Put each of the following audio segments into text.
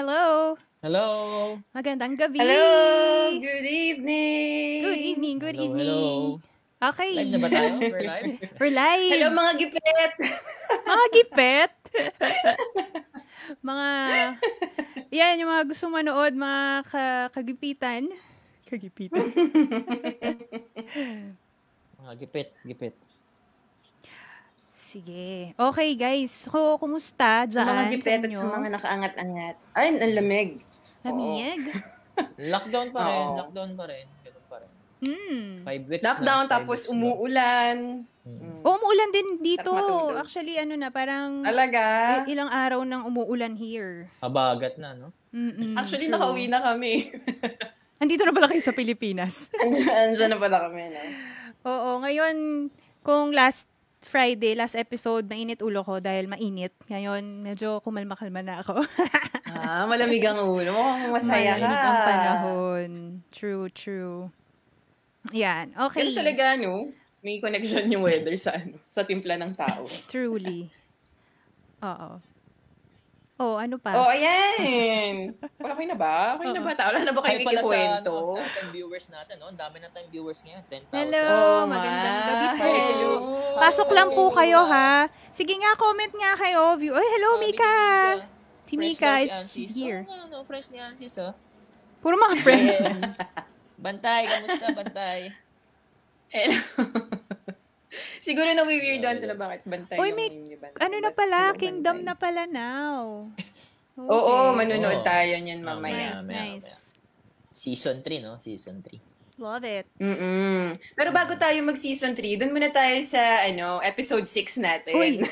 Hello! Hello! Magandang gabi! Hello! Good evening! Good evening, good Hello, evening. Okay. Live na ba tayo? We're live? We're live. Hello mga gipet! mga gipet. mga, yan, yung mga gusto manood, mga ka- kagipitan. Kagipitan? Mga Ah, gipit, gipit. Sige. Okay, guys. So, kumusta dyan? mga sa gipet at inyo? sa mga nakaangat-angat. Ay, ang lamig. Lamig? Lockdown pa rin, Oo. lockdown pa rin. Ganun pa rin. Hmm. Five weeks Lockdown na. five tapos weeks na. umuulan. Mm. Mm. Oh, umuulan din dito. Sarap matulog. Actually, ano na, parang Mm. Talaga? i- ilang araw nang umuulan here. Habagat na, no? Mm-mm, Actually, true. nakauwi na kami. Andito na pala kayo sa Pilipinas. Andiyan na pala kami. No? Oo, ngayon, kung last Friday, last episode, mainit ulo ko dahil mainit. Ngayon, medyo kumalma-kalma na ako. Ah, malamig ang ulo. Mukhang masaya ka. Malamig ang panahon. True, true. Yan, okay. Ganun talaga, no? May connection yung weather sa ano, sa timpla ng tao. Truly. Oo. Oh, ano pa? Oh, ayan! Wala kayo na ba? Kayo na ba? Uh-huh. Ta- Wala na ba kayo Ay, pala sa, ikikwento? ano, sa time viewers natin, no? Ang dami ng time viewers ngayon. 10,000. Hello, Oo, ma. magandang gabi po. Oh, Hello. Pasok lang po kayo ha. Sige nga, comment nga kayo. View. Oy, hello Sabi ni Mika. Si Friends Mika daw is Ansis. she's here. Oo nga, no? Friends ano, ni Ansis, oh. Puro mga friends. Ayan. Bantay, kamusta, bantay? Hello. Siguro nawi-weirdoan sila bakit bantay Uy, yung may- name niya, bantay, ano na ba't pala? sila Kingdom bantay? na pala now. Oo, Okay. manunood Oo. tayo Oh, niyan mamaya. Nice, Maya, maya, nice. Season 3, no? Season 3. Love it. Mm-mm. Pero bago tayo mag-season 3, dun muna tayo sa ano episode 6 natin. Uy,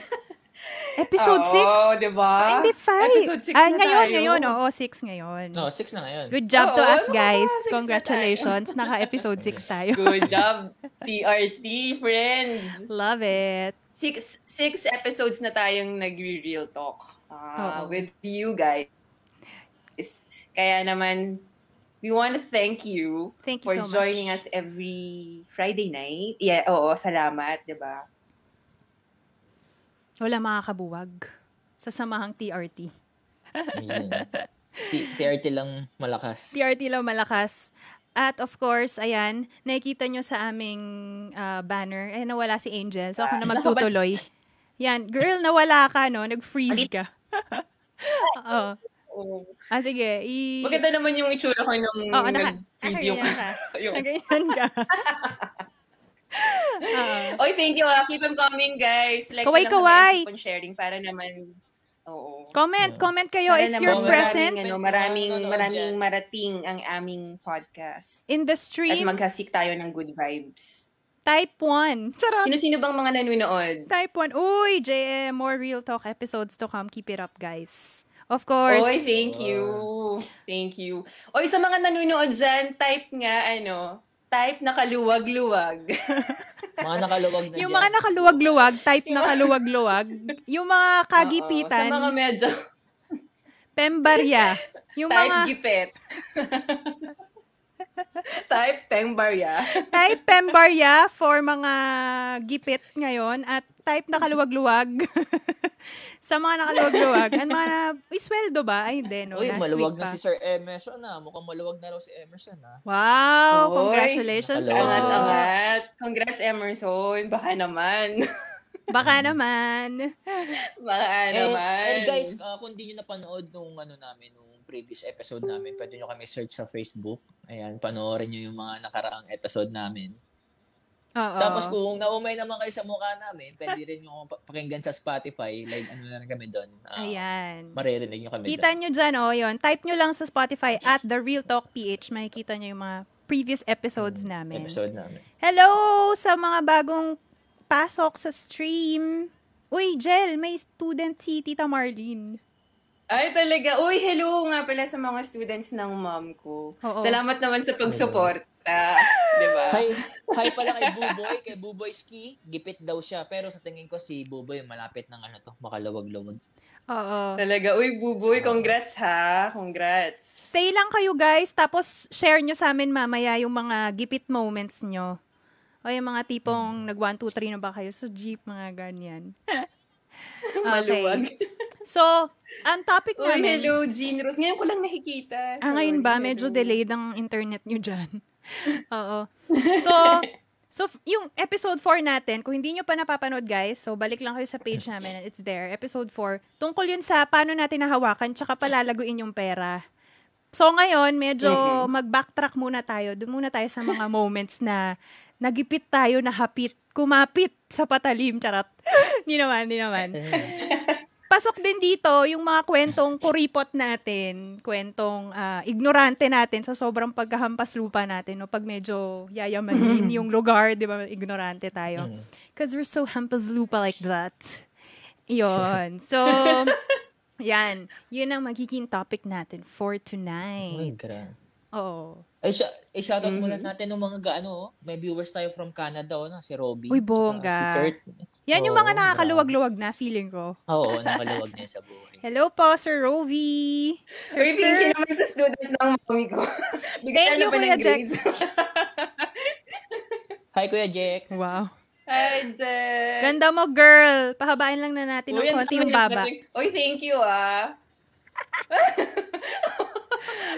Episode 6? Oo, di ba? Hindi, 5. Episode 6 Ah, na ngayon, tayo. ngayon. Oo, 6 ngayon. No, 6 na ngayon. Good job to Oo, us, oo, guys. six na tayo. Congratulations. Naka-episode 6 tayo. Good job, TRT friends. Love it. Six, six episodes na tayong nagre-real talk ah, Oo. with you guys. Kaya naman, we want to thank you Thank you so for much. joining us every Friday night. Yeah, oo, salamat, 'di ba? Wala makakabuwag sa samahang TRT. Ayun. T- TRT lang malakas. TRT lang malakas. At of course, ayan, nakikita nyo sa aming ah, banner, ay nawala si Angel. So ako na Ah, magtutuloy. Yan, girl, nawala ka, no? Nag-freeze ka. Oo. Oo. Ah, sige. I... Maganda naman yung itsura ko nung Oo, naka... nag-freeze yung, nakaganyan ka. yung... Nakaganyan Ah, ka. Oo. Oy, thank you. ah. Keep them coming, guys. Like Kaway, na lang kaway. kami on sharing para naman Oo. Comment, Yeah. comment kayo Para if naman you're maraming present Maraming, ano, maraming, Nanonood maraming dyan. marating ang aming podcast. in the At stream, maghasik tayo ng good vibes. type 1. Charot! Sino-sino bang mga nanonood? Type 1. Uy, JM, more real talk episodes to come. Keep it up, guys. Of course. Oy, thank you. Thank you. Oy, sa mga nanonood dyan, type nga, ano, type na kaluwag-luwag. Mga nakaluwag na Yung dyan. mga nakaluwag-luwag, type Yung na mga- kaluwag-luwag. Yung mga kagipitan, Oo, sa mga medyo pembarya. Yung type mga gipet. type pengbarya. type pembarya for mga gipit ngayon at type na kaluwag-luwag sa mga nakaluwag-luwag. Ang mga, uy, sweldo ba? Ay, hindi, no. Uy, Last maluwag week na pa. si Sir Emerson ah. Mukhang maluwag na raw si Emerson ah. Wow, Oy, congratulations. oh. nakaluwag. po. Angat-angat. Congrats, Emerson. Baka naman. Baka naman. Baka And, naman. and guys, ah, kung di nyo napanood nung ano namin, nung previous episode namin, pwede nyo kami search sa Facebook. Ayan, panoorin nyo yung mga nakaraang episode namin. Oo. Tapos kung naumay naman kayo sa mukha namin, pwede rin nyo pa- pakinggan sa Spotify. Like, ano na rin kami doon. Ah, Ayan. Maririnig nyo kami Kita doon. nyo dyan, oh, yun. Type nyo lang sa Spotify at The Real Talk PH. Makikita nyo yung mga previous episodes namin. Episode namin. Hello sa mga bagong pasok sa stream. Uy, Jel, may student si Tita Marlene. Ay, talaga. Uy, hello nga pala sa mga students ng mom ko. Oo. Salamat naman sa pagsuporta. Di ba? Hi, hi pala kay Buboy, kay Buboy Ski. Gipit daw siya. Pero sa tingin ko si Buboy malapit ng ano to, makaluwag-luwag. Oo. Talaga. Uy, Buboy, congrats ha. Congrats. Stay lang kayo, guys. Tapos, share nyo sa amin mamaya yung mga gipit moments nyo. O yung mga tipong nag 1, 2, 3 na ba kayo sa jeep, mga ganyan. Okay. Maluwag. So, Ang topic Uy, namin... hello, Jean Rose. Ngayon ko lang nakikita. Ah, ngayon ba? Sorry, Medyo hello. delayed ang internet nyo dyan. Oo. So, so f- yung episode 4 natin, kung hindi nyo pa napapanood guys, so balik lang kayo sa page namin and it's there. Episode 4, tungkol yun sa paano natin nahawakan tsaka palalaguin yung pera. So ngayon, medyo mag-backtrack muna tayo. Doon muna tayo sa mga moments na nagipit tayo, nahapit, kumapit sa patalim. Charot. Hindi naman, hindi naman pasok din dito yung mga kwentong kuripot natin, kwentong ah, ignorante natin sa sobrang pagkahampas lupa natin, no? pag medyo yayamanin yung lugar, di ba, ignorante tayo. Mm. Because we're so hampas lupa like that. Yun. So, yan. Yun ang magiging topic natin for Ay, tonight. gra- Oo. Ay, siya, eh, shoutout Mhm. muna natin ng mga gaano, oh. may viewers tayo from Canada, oh, no? si Robby. Uy, tsaka bongga. Si Kurt. Yan yung mga Oo, nakakaluwag-luwag na feeling ko. Oo, nakaluwag niya sa buhay. Hello po, Sir Rovi. Sir Uy, thank you Kurt. naman sa student ng mami ko. Thank Bigyan you, na ba Kuya ng Jack. grades? Hi, Kuya Jack. Wow. Hi, Jack. Ganda mo, girl. Pahabain Eh. Oh, lang na natin Uy, ng ang konti yung dami baba. natin. Uy, thank you ah.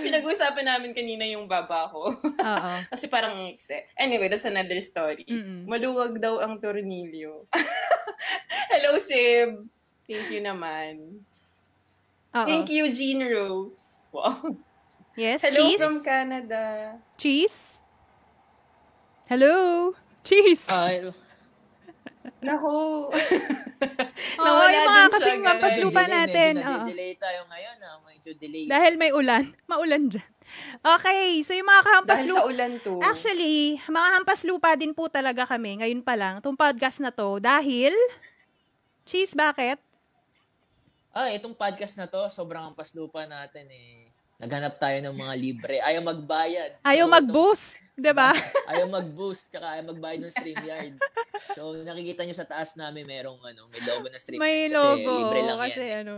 Pinag-uusapan namin kanina yung baba ko. Oo. Kasi parang ikse. Anyway, that's another story. Mm-mm. Maluwag daw ang tornilyo. Hello, Sib. Thank you naman. Oo. Thank you, Jean Rose. Wow. Yes, Hello cheese. from Canada. Cheese. Hello. Cheese. Ah. Ay, Oo, Nako. Nawala yung mga dun siya, kasing guys. mampas medyo lupa delay, natin. Medyo Oo. nade-delay tayo ngayon. Ah. Medyo delay. Dahil may ulan. Maulan dyan. Okay, so yung mga kahampas Dahil sa lupa. ulan to. Actually, mga hampas lupa din po talaga kami ngayon pa lang, itong podcast na to, dahil... Cheese, bakit? Ah, itong podcast na to, sobrang ampas lupa natin eh. Naghanap tayo ng mga libre. Ayaw magbayad. Ayaw So, mag-boost, di ba? itong- Ayaw mag-boost, tsaka ayaw magbayad ng StreamYard. so, nakikita nyo sa taas namin, merong ano, may logo na StreamYard. May kasi logo. libre lang kasi yan. ano.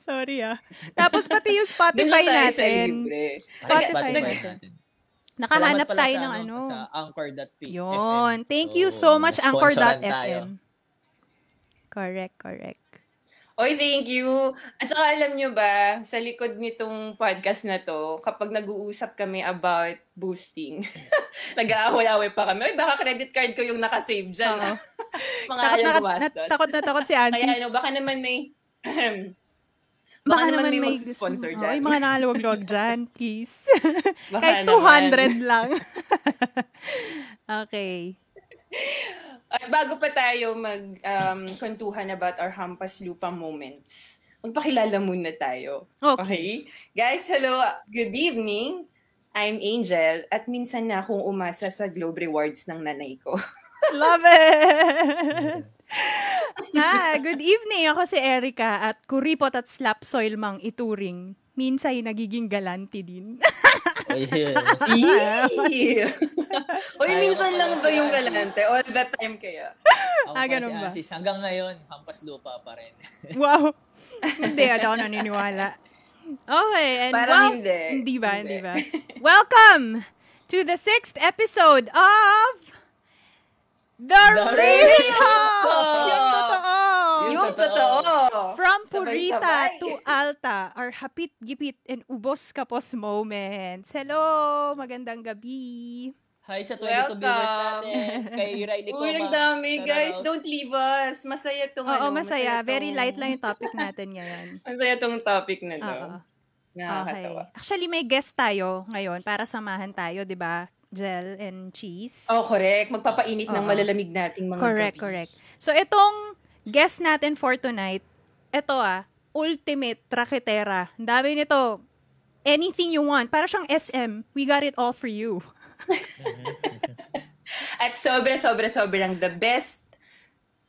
Sorry ah. Tapos pati yung Doon Spotify lang tayo sa natin. libre. Ay, Spotify. Spotify natin. Nakahanap Salamat pala tayo sa, ng ano. Sa anchor.pm. Yon. Thank you so much, sponsoran tayo. Anchor.fm. Correct, correct. Oy, thank you. At saka alam nyo ba, sa likod nitong podcast na to, kapag nag-uusap kami about boosting, nag-aaway-aaway pa kami. Oy, baka credit card ko yung nakasave dyan. Oo. ah. Takot Mga na, ayaw na, gumastos. takot na takot si Kaya Ansis. ano, baka naman may... baka naman may mag-sponsor gusto- dyan. Oo, yung mga nakaluwag-luwag dyan, please. Baka Kahit naman. 200 lang. okay. At bago pa tayo mag-kwentuhan about our hampas lupa moments, magpakilala muna tayo. Okay. Okay? Guys, hello. Good evening. I'm Angel at minsan na akong umasa sa Globe Rewards ng nanay ko. Love it! ah, good evening. Ako si Erica at kuripot at slap soil mang ituring. Minsay nagiging galanti din. Oy, yun. Eee! Uy, Ayaw minsan ko lang pala ba si yung Ansis. galante? All the time kaya. Ako Ah, pa ganun si ba? Ansis. Hanggang ngayon, hampas lupa pa rin. wow. Hindi, hindi ako naniniwala. Okay, and Parang wow, hindi. Hindi ba, Hindi. hindi ba? Welcome to the sixth episode of The, The Real Real Talk! Talk! Yung totoo! Yung Yung totoo. totoo. From Sabay-sabay. Purita to Alta, our hapit, gipit, and ubos kapos moments. Hello! Magandang gabi! Hi sa 22 viewers Welcome. natin. Kay Riley Coma. Uy, ang dami, Shout guys. out. Don't leave us. Masaya tong Oo, ano, masaya. Very tong- light lang yung topic natin ngayon. Masaya tong topic na to. Oo. Nakakatawa. Actually, may guest tayo ngayon para samahan tayo, di ba? Gel and cheese. Oh, correct. Magpapainit ng Oo. malalamig nating mga correct, gabi. correct. So, itong guest natin for tonight, ito ah, ultimate raketera. Ang dami nito. Anything you want. Para siyang SM. We got it all for you. At sobra, sobra, sobrang the best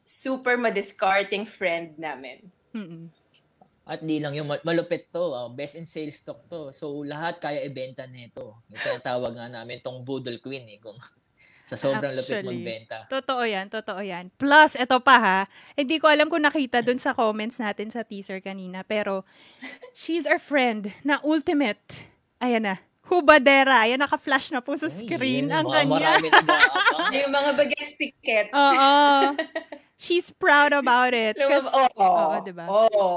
super madiscarding friend namin. Mm-mm. At di lang yung mal- malupit to, ah, best in sales stock to. So lahat kaya ibenta nito. Yung tinatawag nga namin tong Boodle Queen eh kung sa sobrang lupit Actually. magbenta. Totoo yan, totoo yan. Plus, ito pa ha, hindi ko alam kung nakita dun sa comments natin sa teaser kanina, pero she's our friend na ultimate. Ayan na, Hubadera. Ayan, naka-flash na po sa Ay, screen yun, ang mga kanya. Marami nag-aabang. Ah. Yung mga bagets piket. Oh, Oo. She's proud about it. lumab- Kasi- Oo. Oo, diba? Oo.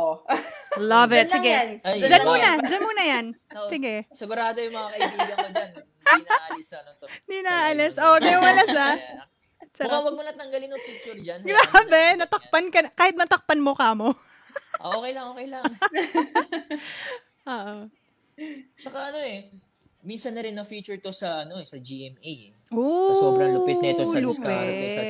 Love it. Diyan oh, lang Sige. Oh. yan. Ay, Diyan Diyan lang muna. yan. Diyan muna yan. So, Sige. Sigurado yung mga kaibigan ko dyan. Hindi naalis sa ano to. Hindi naalis. Oh, okay, wala sa. Yeah. Mukhang Charot. wag mo na tanggalin yung picture dyan. Grabe, natakpan ka. na- Kahit natakpan mo ka mo. Ah, okay lang, okay lang. Oo. Tsaka ano eh, minsan na rin na-feature to sa ano eh, sa GMA. Eh. Ooh, Sa sobrang lupit nito sa lupit. Discovery. Sa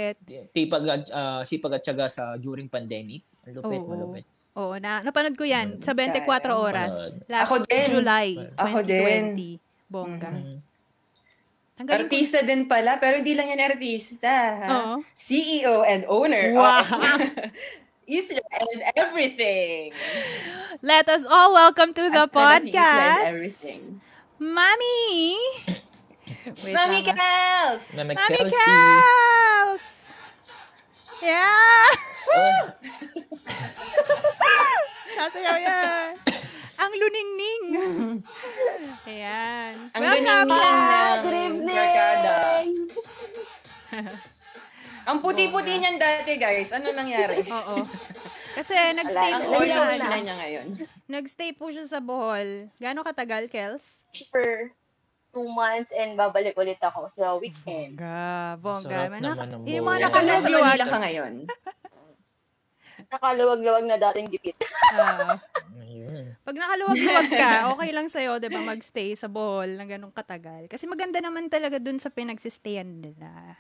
tipag, at, ah, sipag at tyaga sa during pandemic. Ang lupit, Mm. Oo. malupit. Oo, na, napanood ko yan sa 24 Sayang. oras. Panood. Last Ako din. July Ako 2020. Bongga. Mhm. Tanggalin ko. Artista din pala, pero hindi lang yan artista. ha? Oo. CEO and owner Wow. of Isla and Everything. Let us all welcome to the At pala si Isla and Everything. podcast. Mami! Wait Mami lang, ah. Kels! Meme Mami Kelsey. Kels! Yeah! Oh, Nasayaw yan. Ang luningning. Ayan. Ang Welcome, galing Kels. ng barkada. Ang puti-puti niyan dati, guys. Ano nangyari? Oo. Kasi nagstay Ang po siya. orange ano, na niya ngayon. Nagstay po siya sa Bohol. Gaano katagal, Kels? for two months and babalik ulit ako sa weekend. Bongga, bongga. sarap Manak- naman ng yung mga Bohol. Nasa nasa nakaluwag-luwag. Manila ka ngayon. Nakaluwag-luwag na dating dipit. Ah. ayun. pag nakaluwag-luwag ka, okay lang sa'yo, di ba, magstay sa Bohol ng ganong katagal. Kasi maganda naman talaga dun sa pinagsistayan nila.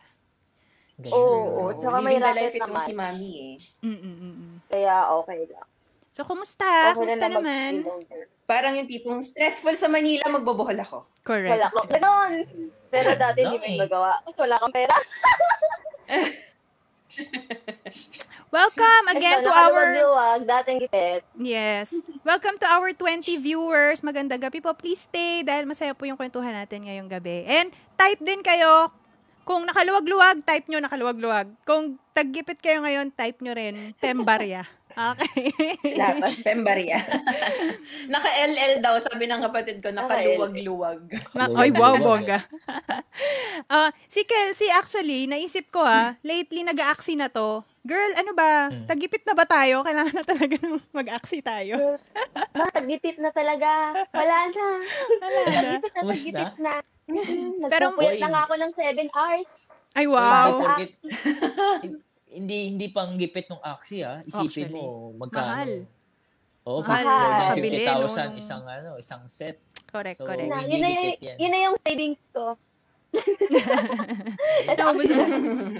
Ganun. Oo, oo. Tsaka Living may the life racket itong naman. si Mami eh. Mm-mm-mm. Kaya okay lang. So, kumusta? Okay na Ah, kumusta na naman? mag-stay longer. Parang yung tipong stressful sa Manila, magbobohol ako. Correct. Wala ko. Ganon! Pero dati hindi Nice. may magawa. Kasi wala kang pera. Welcome again to Ito, our... nakaluwag-luwag, dating dipit. Yes. Welcome to our 20 viewers. Magandang gabi po. Please stay dahil masaya po yung kwentuhan natin ngayong gabi. And type din kayo. Kung nakaluwag-luwag, type nyo nakaluwag-luwag. Kung taggipit kayo ngayon, type nyo rin. Tembarya. Okay. Dapat, Pembaria. Naka-LL daw, sabi ng kapatid ko, nakaluwag-luwag. Ma- Luwag Ay, na wow, luwag. bongga. Ah, si Kelsey, actually, naisip ko ha, lately nag-aaksi na to. Girl, ano ba? Hmm. Tagipit na ba tayo? Kailangan na talaga ng mag-aksi tayo. Matagipit Ah, na talaga. Wala na. Tagipit na, Kumusta? tagipit na. Mm-hmm. Mm-mm, Pero- Nagpupuyat Oy. lang ako ng 7 hours. Ay, Wow. wow. hindi hindi pang gipit ng Axie ah. Isipin mo magkano. Mahal. Oo, Mahal. more than Pabili, 50,000 no, no. isang ano, isang set. Correct, So, correct. Na, Hindi yun, na yung, dikit yan. yun na yung savings ko. Naubos na.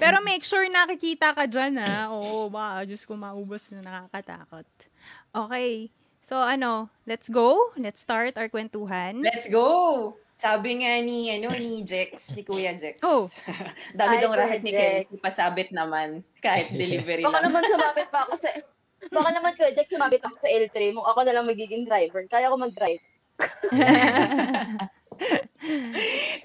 Pero make sure nakikita ka dyan, ha? Oo, baka, Diyos ko, maubos na nakakatakot. Okay. So, ano, let's go. Let's start our kwentuhan. Let's go! Sabi nga ni, ano, ni Jex, ni Kuya Jex. Oh. Dami Hi, dong rahat Kuya ni Jex. Kelsey, pasabit naman. Kahit delivery Baka lang. naman sumabit pa ako sa... Baka naman ko, Jack, sumabit ako sa L3 mo. Ako na lang magiging driver. Kaya ko mag-drive.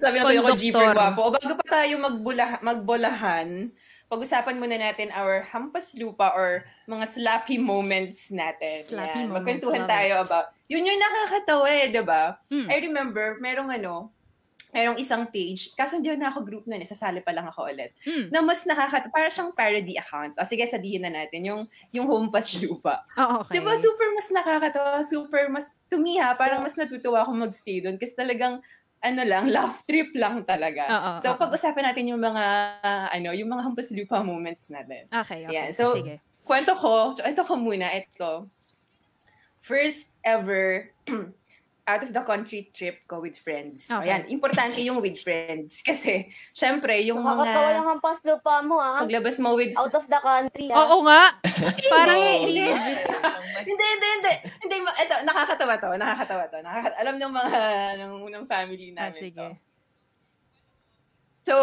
Sabi ng Kuya ko, Jeeper Conductor. Guapo. O bago pa tayo magbulah- magbolahan, pag-usapan muna natin our hampas lupa or mga slappy moments natin. Slappy moments, Magkwentuhan love tayo about... Yun yung nakakatawa eh, di ba? Hmm. I remember, merong ano, merong isang page, kaso hindi na ako group nun, eh, sasali pa lang ako ulit, Hmm. na mas nakakatawa, para siyang parody account. O sige, sabihin na natin, yung, yung Hompas Lupa. Oo, Oh, okay. Diba, super mas nakakatawa, super mas tumiha, parang mas natutuwa akong mag-stay doon, kasi talagang, ano lang, laugh trip lang talaga. Oo, so, oo. pag-usapan natin yung mga, ano, yung mga Hompas Lupa moments natin Okay, okay. Yeah, so- Sige. kwento ko, so ito ko muna, ito. First ever out of the country trip ko with friends. Okay. Ayan, importante yung with friends kasi syempre yung Nakakatawa mga yung hampas lupa mo, ha? paglabas mo with Out of the country, ah. ha? Oo nga. Parang hindi. legit. hindi, hindi, hindi. Hindi, ma- ito, nakakatawa to, nakakatawa to. Nakaka- alam ng mga, ng, ng family Ah, namin to. sige. So,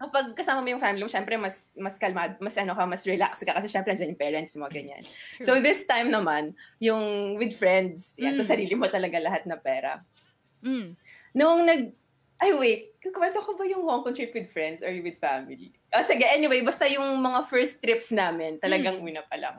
kapag kasama mo yung family mo, syempre mas, mas kalmad, mas ano ka, mas relax ka kasi syempre nandiyan yung parents mo, ganyan. So True. this time naman, yung with friends, yan, Mm. so sarili mo talaga lahat na pera. Mm. Noong nag... Ay, wait. Kukwento ko ba yung Hong Kong trip with friends or with family? Oh, sige, anyway, basta yung mga first trips namin, talagang Hmm. una pa lang.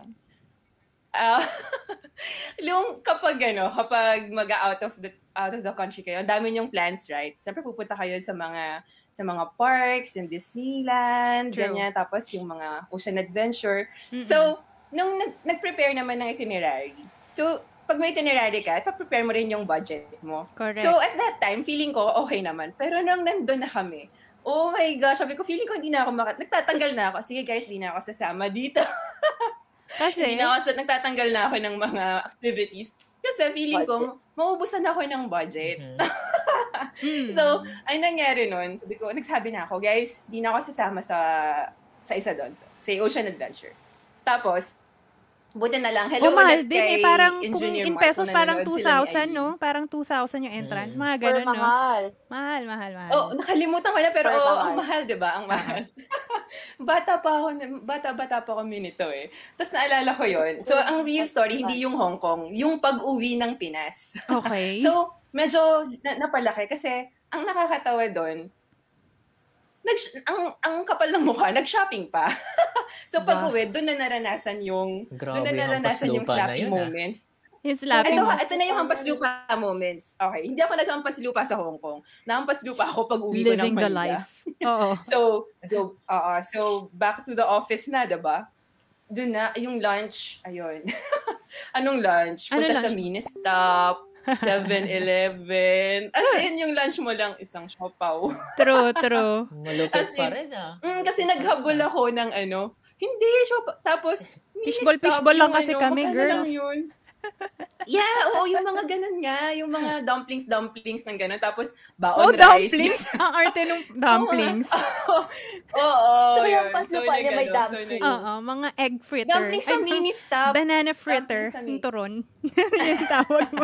Ah, yung kapag ano, kapag mag out of the out of the country kayo, ang dami yung plans, right? Siyempre pupunta kayo sa mga sa mga parks, yung Disneyland, True. ganyan, tapos yung mga ocean adventure. Mm-mm. So, nung nag- nag-prepare naman ng itinerary, So, pag may itinerary ka, ipaprepare mo rin yung budget mo. Correct. So at that time, feeling ko okay naman. Pero nang nandun na kami, oh my gosh, sabi ko, feeling ko hindi na ako makat... Nagtatanggal na ako. Sige guys, hindi na ako sasama dito. kasi, hindi na ako, sa- nagtatanggal na ako ng mga activities. Kasi feeling ko, maubusan ako ng budget. Mhm. mm, So, ay nangyari nun, sabi ko, nagsabi na ako, guys, di na ako sasama sa sa isa doon. Sa Ocean Adventure. Tapos, buti na lang, oh, hello mahal ulit din eh. kay Parang kung Engineer in Mark, kung pesos, parang nanonood sila ni 2,000, Aileen. no? Parang 2,000 yung entrance. Mm. Mga Or ganun, no? mahal. Mahal, mahal, mahal. Oh, nakalimutan ko na pero Or oo, mahal. ang mahal, 'di ba? Ang mahal. bata pa ako, nun- bata-bata pa kami nito eh. Tapos naalala ko 'yon. So, ang real story hindi yung Hong Kong, yung pag-uwi ng Pinas. Okay. So, medyo na- napalaki kasi ang nakakatawa doon, nag ang ang kapal ng mukha, nag-shopping pa. so Ba. pag-uwi, doon na naranasan yung doon Grabe yung na hampas naranasan yung lupa na slappy yun ah. moments. Yung slapping Ito, mo. ito na yung hampas lupa moments. Okay, hindi ako naghampas lupa sa Hong Kong. Nahampas lupa ako pag uwi ko ng Living Manila. the life. Oo. So, go, ah, ah, so back to the office na, 'di ba? Doon na, yung lunch, ayun. Anong lunch? Ano Punta sa lunch? mini-stop, 7-Eleven. As in, yung lunch mo lang isang siopaw. True, true. Malupit As in- pa rin ah. Mm, kasi naghabol ako ng ano, hindi, siopaw. Tapos, Fishball, mini-stop, fishball lang yung ano, kasi kami, magkano girl. lang yun? yeah, oo, yung mga ganun nga. Yung mga dumplings, dumplings ng ganun. Tapos, Oh, baon rice. dumplings. Ang arte nung dumplings. Oo, oh, So, yung paslupa niya may dumpling. Oo, mga egg fritter. Dumplings sa Oh, Ay, mga mini-stop. Banana fritter. sa Yung mini- turon. yung tawag mo.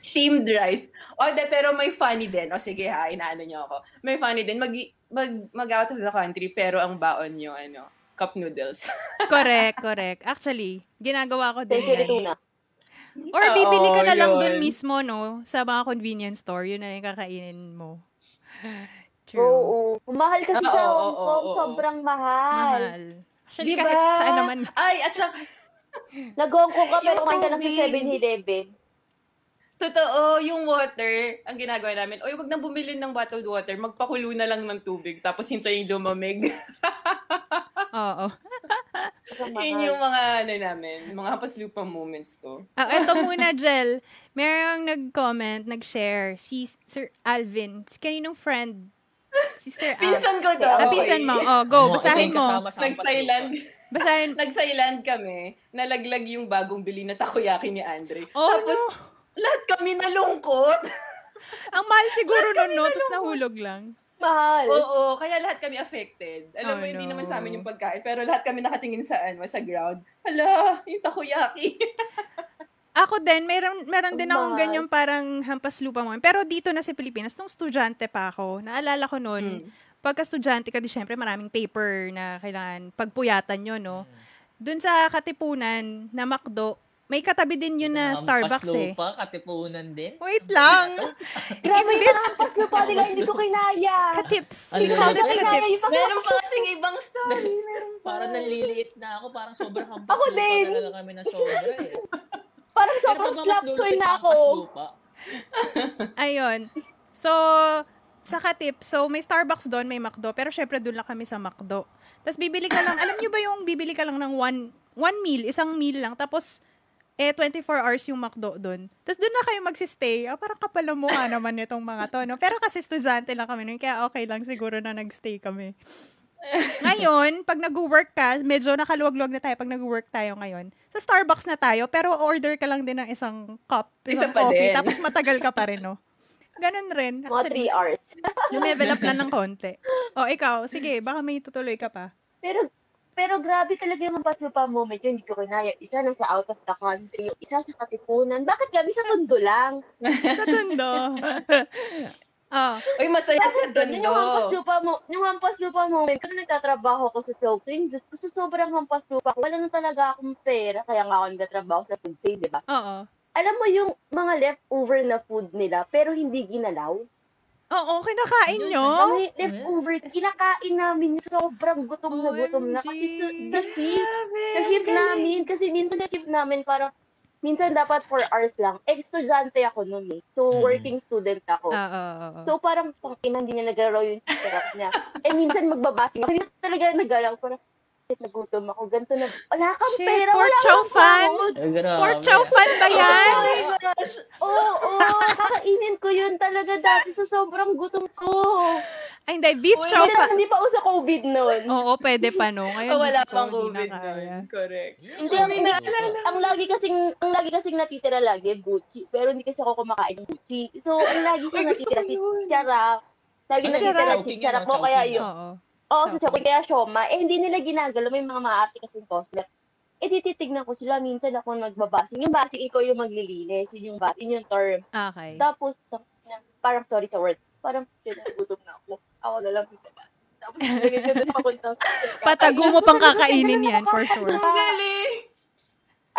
steamed rice. O, de, pero may funny din. O, sige ha, inaano niyo ako. May funny din. Mag, mag, mag out of the country, pero ang baon niyo, ano, cup noodles. correct, correct. Actually, ginagawa ko din Century yan. tuna. Or bibili ka Oo, na lang yun. dun mismo, no? Sa mga convenience store. Yun na yung kakainin mo. True. Oo. oo. Mahal kasi Oo, sa oo, Hong oo, Kong. oo. Sobrang mahal. Mahal. Actually, Diba? kahit ano saan naman. Ay, at saka, Nag-Hong Kong ka pero Yung kumain ka lang sa tubig. 7-Eleven. totoo, yung water, ang ginagawa namin, oy, wag nang bumili ng bottled water, magpakulo na lang ng tubig, tapos hintayin lumamig. Oo. Sobrang Yun mahal. yung mga, ano namin, mga paslupa moments ko. Ah, eto muna, Jel. Merong nag-comment, nag-share, si Sir Alvin. Si kaninong friend? Si Sir Alvin. Pinsan ko to. Ah, okay. pinsan mo. Oh, go. Mo, Basahin Ano, ito yung mo. kasama sa hampas lupa. Nag-Thailand. Basahin. Nag-Thailand kami, nalaglag yung bagong bili na takoyaki ni Andre. Oh, Tapos, no. lahat kami nalungkot. Ang mahal siguro nun, no? Tapos nahulog lang. Mahal. Oo, kaya lahat kami affected. Oh, Alam mo, hindi no. naman sa amin yung pagkain, pero lahat kami nakatingin sa ano, sa ground. Hala, yung takoyaki. Ako din, meron, meron din akong Mahal. ganyang parang hampas lupa mo. Pero dito na sa Pilipinas, nung estudyante pa ako, naalala ko nun, Hmm. pagka-estudyante ka, di syempre maraming paper na kailangan pagpuyatan nyo, no? Dun sa Katipunan na McDo, may katabi din yun na Ang Starbucks eh. paslupa, katipunan din. Wait lang. Grabe yung Imbis- mga pasyo pa nila. Hindi ko kinaya. Katips. We Ang call Hindi it ko kinaya katips. yung mga Meron pa kasing ibang story. Meron pa. Parang nanliliit na ako, parang sobrang hampas Ako lupa din. talaga kami na sobra eh. parang Pero sobrang pag mas slapsoy lulupit na sa ako. hampas lupa, Ayun. So, sa Katip, so may Starbucks doon, may McDo, pero syempre doon lang kami sa McDo. Tapos bibili ka lang, alam nyo ba yung bibili ka lang ng one, one meal, isang meal lang, tapos eh, 24 hours yung McDo doon. Tapos doon na kayo magsistay. Ah, parang kapalamuha naman nitong mga to, no? Pero kasi estudyante lang kami nun, kaya okay lang siguro na nagstay kami. ngayon, pag nag-work ka, medyo nakaluwag-luwag na tayo pag nag-work tayo ngayon. Sa Starbucks na tayo, pero order ka lang din ng isang cup, isang Isa pa coffee, din. tapos matagal ka pa rin, no? Ganun rin. Mga 3 hours. Lumevel up lang ng konti. O, ikaw, sige, baka may tutuloy ka pa. Pero pero grabe talaga yung mga pa moment yun. Hindi ko kinaya. Isa na sa out of the country. yung Isa sa katipunan. Bakit kami sa mundo lang? Sa tundo. oh, Uy, masaya sa Kasi doon, yung hampas dondo. lupa mo, yung hampas lupa moment, kung nagtatrabaho ako sa Chowking, Diyos ko, sa sobrang hampas lupa ko, wala na talaga akong pera, kaya nga ako nagtatrabaho sa food sale, di ba? oo. Alam mo yung mga leftover na food nila, pero hindi ginalaw? Oo, kinakain Yun, nyo? Mga leftover, kinakain namin, sobrang gutom na gutom na, kasi sa, OMG. sa shift, sa shift namin, kasi minsan sa shift namin, parang, minsan dapat 4 hours lang. Estudyante ako noon eh. So, Mm. working student ako. Ah, Oo, oo, oo. So parang Eh, pang ina, hindi niya nagalaw yung sarap niya. And minsan magbabasing ako. Hindi na talaga nagalaw. Parang, shit, nagutom ako, ganito na, wala kang Shit, pera, pork wala chow kang fan? food. Ay, Eh, grabe. Pork chow fan ba yan? Oo, oo, kakainin ko yun talaga dati sa sobrang gutom ko. Ay, hindi. Beef Uy, chow hindi, fan. hindi pa uso COVID noon. Oo, pwede pa no. Ngayon, Oh, wala Diyos ko, pang hindi COVID na kaya. nun. Correct. Hindi, ang, ang lagi kasing, ang lagi kasing natitira lagi, Gucci. Pero hindi kasi ako kumakain ng Gucci. So, ang lagi siya Ay, gusto natitira, ko si yun. Charap. Lagi Ang natitira Chowking si yun, Charap ang mo, kaya Chowking yun. Oo. Oo, sa Shopee. Kaya Shoma, eh hindi nila ginagalaw. May mga maarte kasing customer. Eh tititignan ko sila. Minsan ako magbabasing. Yung basing, ikaw yung maglilinis. Yun yung basing, yung term. Okay. Tapos, na- parang sorry sa word. Parang, yun, gutom na ako. Ako na lang magbabasing. Tapos, ganito na ako ng- Patago mo pang kakainin yan, for sure. Ang galing!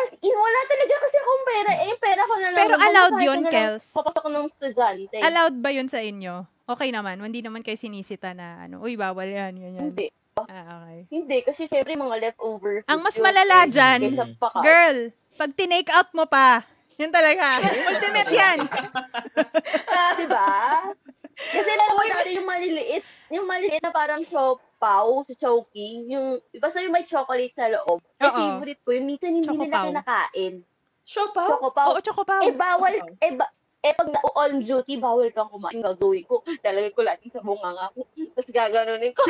As in, wala talaga kasi akong pera. Eh, yung pera ko na lang. Pero Bumabasa allowed ko yun, na lang. Kels. Papasok ko ng estudyante. Allowed ba yun sa inyo? Okay naman. Hindi naman kayo sinisita na ano, uy, bawal yan, yan, yan. Hindi. Ah, okay. Hindi, kasi syempre mga leftover. Ang food mas yun. malala dyan, Kaysa paka. girl, pag tinake out mo pa, yun talaga. Ultimate yan. Diba? Kasi alam mo dati yung maliliit, yung maliliit na parang siopaw sa choking, yung, basta yung may chocolate sa loob. Eh, Oo. favorite ko, yun, minsan hindi Chocopaw. nila kinakain. Oh, Siopaw? Chocopaw. Oo, choco pa. Eh, bawal, eh, ba, eh, pag na on duty, bawal kang kumain. Yung gagawin ko, lalagay ko lahat sa bunganga ko. Tapos gaganunin ko.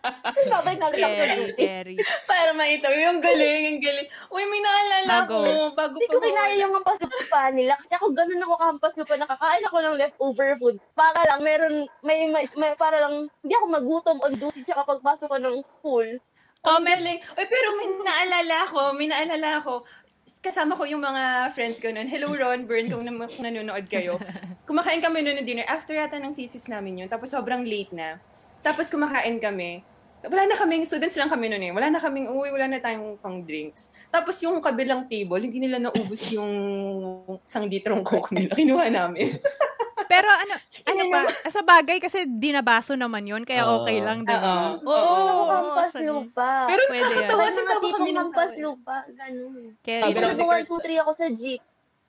Tapos babay na lang ako sa Carry, duty. carry. Para maitaw. Yung galing, yung galing. Uy, may naalala Bago. ko. Bago Hindi pa ko kinaya yung hampas na pa nila kasi ako ganun ako hampas na pa nakakain ako ng leftover food para lang meron may, may, may- para lang hindi ako magutom on duty tsaka pagpasok ko ng school Ang galing. Uy, pero may naalala ko. May naalala ko. Kasama ko yung mga friends ko noon. Hello, Ron, Bern, kung, nam- kung nanonood kayo. Kumakain kami noon ng dinner. After yata ng thesis namin yun. Tapos sobrang late na. Tapos kumakain kami. Wala na kaming, students lang kami noon eh. Wala na kaming, uwi, wala na tayong pang drinks. Tapos yung kabilang table, hindi nila naubos yung isang litrong coke nila. Kinuha namin. Pero ano, ano pa, sa bagay kasi dinabaso naman yun, kaya Oo. okay lang, di Oo. ba? Oo, oh, oo, hampas actually. lupa Pero Pwede yan. nakakatawa May sa mga tawa kami tipong ng hampas tao. lupa ganun Carry. Sabi Sabi raw ni nag Kurt, 1, 2, 3 ako sa jeep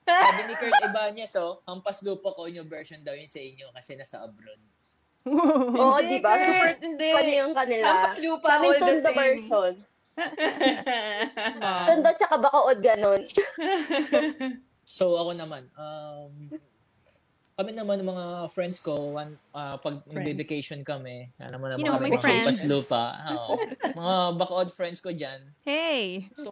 sabi ni Kurt Ibanez, oh, hampas lupa ko yung version daw yun sa inyo kasi nasa abroad. oo di ba Hindi, super Hindi. funny yung kanila Hampas lupa, sa amin all the Tondo same. version Wow. Tondo tsaka Bacood ganun So ako naman, um, kami naman mga friends ko, one, ah, pag nagbe-vacation kami, alam mo naman You know, kami my mga friends. hampas lupa. Oo. mga backwood friends ko dyan. Hey. So,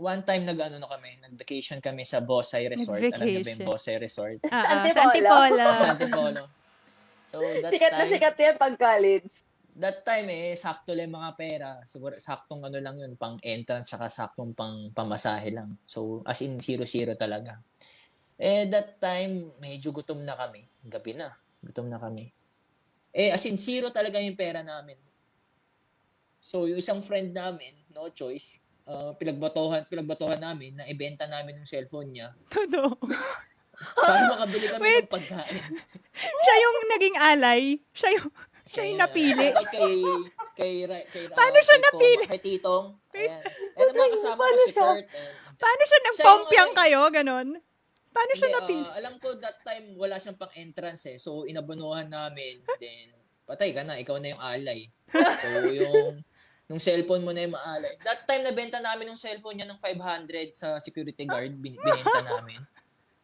one time nag-ano na kami, nag-vacation kami sa Bosay Resort. Alam niyo ba yung Nag-vacation. Bosay Resort? Ah, ah, Sa sa Antipolo. Sa Santo Polo. So, that sikat na time, sikat yan pag college that time eh, sakto lang yung mga pera. Siguro, saktong ano lang yun, pang entrance, saka saktong pang pamasahe lang. So, as in, zero-zero talaga. Eh, that time, medyo gutom na kami. Gabi na. Gutom na kami. Eh, as in, zero talaga yung pera namin. So, yung isang friend namin, no choice, ah, pinagbatohan, pinagbatohan namin na ibenta namin yung cellphone niya Todo. para makabili kami Wait. ng pagkain. Siya yung naging alay. Siya yung, siya yung Kaya, napili. shoutout kay, kay, Ra- kay, Ra- Paano siya kay Toma- napili? Kay Titong. Ayan. Ito mga kasama ko Paano si siya? Kurt. eh. And, Paano siya nagpompyang kayo? Ganon? Paano siya Hindi, napili? ah, alam ko that time wala siyang pang entrance eh. So inabunuhan namin. Then patay ka na. Ikaw na yung alay. So yung nung cellphone mo na yung maalay. That time nabenta namin yung cellphone niya ng 500 sa security guard. Bin- binenta namin.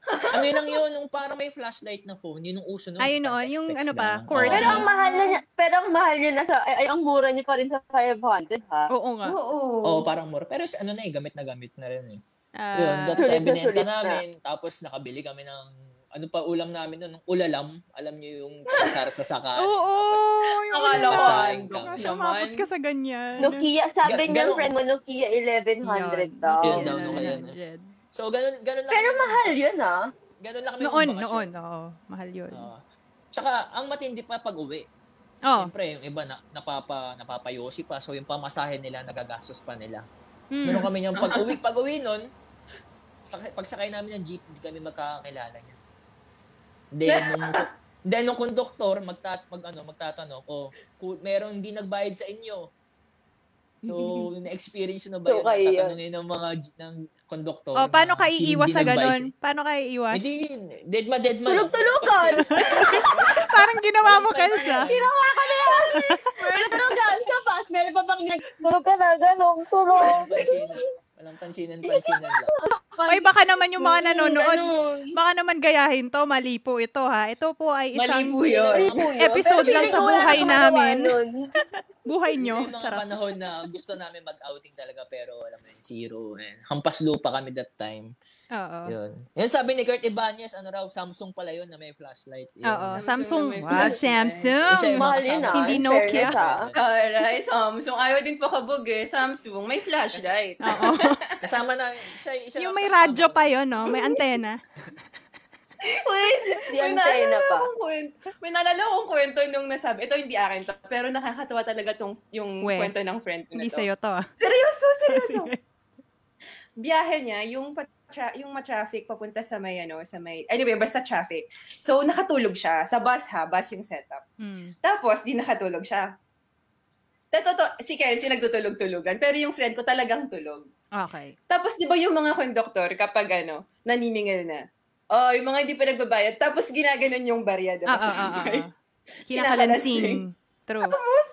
Ano yun lang yun, nung parang may flashlight na phone, yun yung uso nung Ayun noon, yung ano text-text pa, lang. cord. pero Oo. ang mahal na niya pero ang mahal niya na sa ay, ay, ang mura niya pa rin sa 500 ha Oo nga. Oo. Oo, parang mura. Pero ano na eh, gamit na gamit na rin eh. Ah, Yun, that Sulit time na binenta sulit na. namin. Tapos nakabili kami ng, ano pa ulam namin noon, ulalam. Alam niyo yung kasara sa sakaan. Ah. Oo. yung Akala ano ko, ba? Basahin ka. Baka siya umabot ka sa ganyan. Nokia, sabi Ga- niya, ganun. friend mo, Nokia 1100 daw. Yun daw, no, kaya na. So, ganun, ganun lang. Pero kami- mahal yun, ah. Ganun lang kami nung Noon, bakasyon. noon. Oo, mahal yun. Ano Oo. tsaka, ang matindi pa pag uwi. Oh. Siyempre, yung iba na, napapa, napapayosi pa. So, yung pamasahe nila, nagagastos pa nila. Meron Mm. kami niyang pag-uwi. Pag-uwi nun, sakay, pagsakay namin ng jeep, hindi kami magkakakilala niya. Then, nung, then, nung konduktor, magta, mag, ano, magtatanong, oh, ku- meron hindi nagbayad sa inyo. So, na-experience nyo na ba So, yun? kayo yun. Tatanungin ng mga j- ng konduktor. Oh, paano na ka iiwas hindi sa nagbayad ganon? Paano ka sa- iiwas? Hindi, dead ma, dead ma. Tulog-tulogan! Parang ginawa mo, Kels, ah. Ginawa ka na yan! Pero ganun ka, fast meron pa bang nagtulog ka na, ganong Walang tulog. pansinan. Walang pansinan-pansinan lang. Ay, baka naman yung mga nanonood, Mm, Ganun. baka naman gayahin to, mali po ito ha. Ito po ay Mali isang po yun. Ayun, Episode pero lang feeling sa ko wala buhay na magawa namin. nun. buhay nyo. May mga Charot. panahon na gusto namin mag-outing talaga pero alam mo yun, zero. And hampas lupa kami that time. Oo. Yun. Yun sabi ni Kurt Ibanez, ano raw, Samsung pala yun na may flashlight. Yun. Oo. Samsung. Wow, Samsung naman. Isa Samsung. yung mga Mahal yun kasama ah. ko. Hindi in Nokia. fairness, ah. Alright, Samsung. Ayaw din pakabog eh. Samsung, may flashlight. Oo. Kasama namin. Siya, isa Yung lang may sa kasama radyo ko. pa yun, no? May antena. Wait, Di antena pa. akong kwento. May naalala akong kwento nung nasabi. Ito hindi akin to. Pero nakakatawa talaga tong, yung We. kwento ng friend ko na Hindi to. sa'yo to. ah. Seryoso, seryoso. biyahe niya, yung patra- yung ma-traffic papunta sa may ano, sa may anyway, basta traffic. So nakatulog siya sa bus ha, bus yung setup. Mm. Tapos di nakatulog siya. Totoo, si Kelsey nagtutulog-tulugan, pero yung friend ko talagang tulog. Okay. Tapos 'di ba yung mga conductor kapag ano, naniningil na. Oh, yung mga hindi pa nagbabayad. Tapos ginaganon yung barya Oo, diba, oo, sa oo, oo. may- ah, Kinakalansing. True. Oh. Tapos,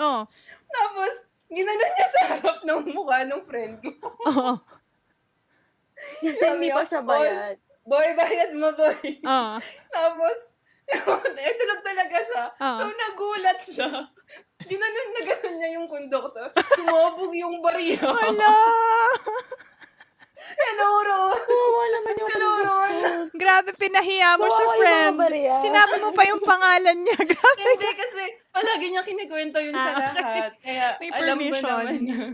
Oo. tapos ginanon niya sa harap ng mukha ng friend ko. Oo. Kasi hindi pa siya bayad. Boy, bayad mo, boy. Oo. Tapos, eh, tulog talaga siya. Oo. So, nagulat siya. Ginanon na ganun niya yung conductor. Sumabog yung bariya. Hello! Hello, Ron! Kawawa naman yung Hello, Ron! Grabe, pinahiya mo siya, Kawawa yung friend. mga bariya. Sinabi mo pa yung pangalan niya. Grabe. Hindi kasi palagi niya kinikwento yun sa Ah, okay. lahat. Kaya, May alam mo permission. naman.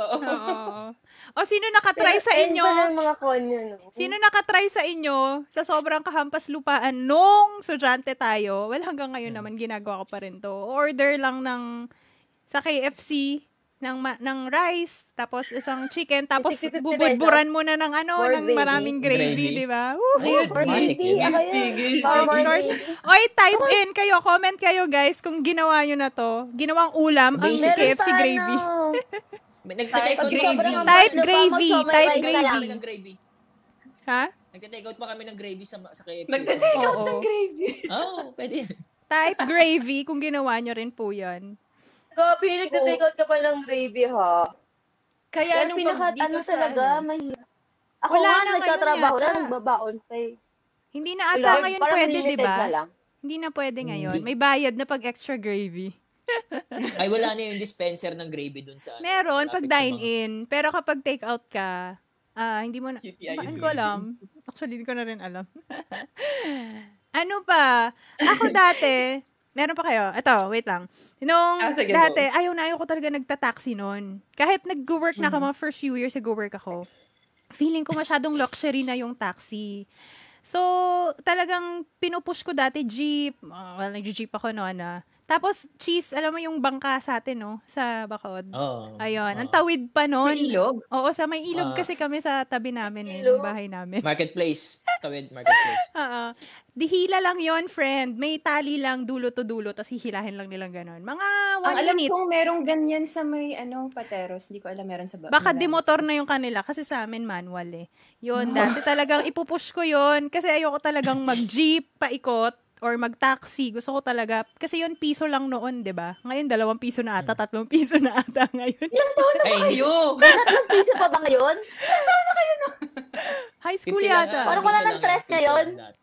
Oo. Oo. O, Oh, sino nakatry sa inyo? Ayun pala yung mga konyo, no? Sino nakatry sa inyo sa sobrang kahampas lupaan nung sudyante tayo? Well, hanggang ngayon naman ginagawa ko pa rin to. Order lang ng sa KFC ng ma- ng rice, tapos isang chicken, tapos 50-50 bubudburan mo na ng ano, More ng gravy. maraming gravy, Gravy. di ba? Woo! Ayun, Or automatic hindi, ah. yun. ako yun. Tigil. Or Of course. hindi. Oy, type in kayo, comment kayo guys kung ginawa nyo na to. Ginawang ulam ang Basic. Meron KFC pa, gravy. ano, May- Nagtitake out Type gravy. gravy. Type Nagtitake Ano pa, gravy, mag-summarize type na out kami lang. gravy. ng gravy. Ha? Nagtitake out pa kami ng gravy sa, sa KFC. Nagtatake out Oo. ng gravy. Oo, Oh, pwede. Type gravy kung ginawa nyo rin po yun. Copy, nagtitake out ka pa ng gravy, ha? Oh. Kaya Yan, nung pinaka, pag dito ano sa talaga, ano, mahirap. Ako Wala na nga, ngayon nagtatrabaho yata. na, nagbabaon pa eh. Hindi na ata Wala, ngayon parang pwede, diba? di limited ba? na lang. Hindi na pwede ngayon. Hindi. May bayad na pag extra gravy. Ay, wala na yung dispenser ng gravy dun sa... ano, Meron pag malapit sa mga- dine-in, pero kapag take-out ka, ah, hindi mo na... Kitty, ayun Ba, hindi yun. ko alam. Actually, hindi ko na rin alam. ano pa? Ako dati, meron pa kayo? Ito, wait lang. Nung Ah, sige, dati, ayaw na ayaw ko talaga nagtataxi noon. Kahit nag-work na ako, Mm-hmm. mga first few years nag-work ako, feeling ko masyadong luxury na yung taxi. So, talagang pinupush ko dati jeep. Ah, well, nag-jeep ako noon ah. Tapos, cheese, alam mo yung bangka sa atin, no? Sa Bacood. Oo. Ayun, ang Oo. tawid pa Oh, may noon. ilog. Oo, sa may ilog Ah. kasi kami sa tabi namin eh, ng Ilog. bahay namin. Marketplace. Tawid, marketplace. Oo. Dihila lang yon friend. May tali lang dulo to dulo, tapos hihilahin lang nilang ganun. Mga Ang one alam minute. kong merong ganyan sa may ano, pateros. Hindi ko alam Hmm. meron sa ba- Baka Milan. demotor na yung kanila kasi sa amin manual eh. Yun, dati talagang ipupush ko yun kasi ayoko talagang mag-jeep, paikot, or mag-taxi. Gusto ko talaga, kasi yun piso lang noon, di ba? Ngayon, dalawang piso na Hmm. ata, tatlong piso na ata ngayon. Ay, hindi. Ayo! Tatlong piso pa ba ngayon? High school 50 lang yata. ang Parang wala piso nang lang, stress piso ngayon. lang lahat.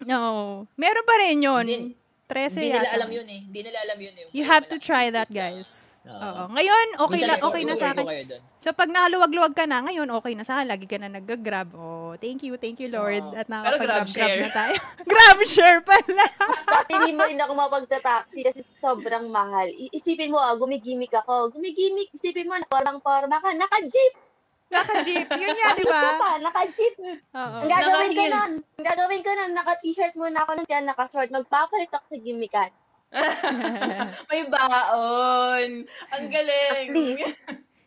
No. Meron pa rin yun. Hindi, 13 hindi nila yata. alam yun eh. Hindi nila alam yun eh. You have to try that, guys. Oo. Oo. Ngayon, okay na, okay na sa Minsan, akin. nag-uwi eh. ko kayo dun. So, pag nakaluwag-luwag ka na, ngayon, okay na sa akin. Lagi ka na nag-grab. Oh, thank you, thank you, Lord. Oo. At Pero grab nakakapag-grab-grab share. na tayo. grab share pala. Dati hindi mo rin ako mapagtataxi kasi sobrang mahal. I- isipin mo, ah, gumigimik ako. Gumigimik, isipin mo, parang parma ka. Naka-jeep! Naka-jeep. Yun nga, di ba? Ka pa, naka-jeep! Oo. Ang gagawin ko Naka-heels. nun, ang gagawin ko nun, naka-t-shirt muna ako nun, kaya naka-short. Magpapalit ako sa gimikan. May baon! Ang galing! At least.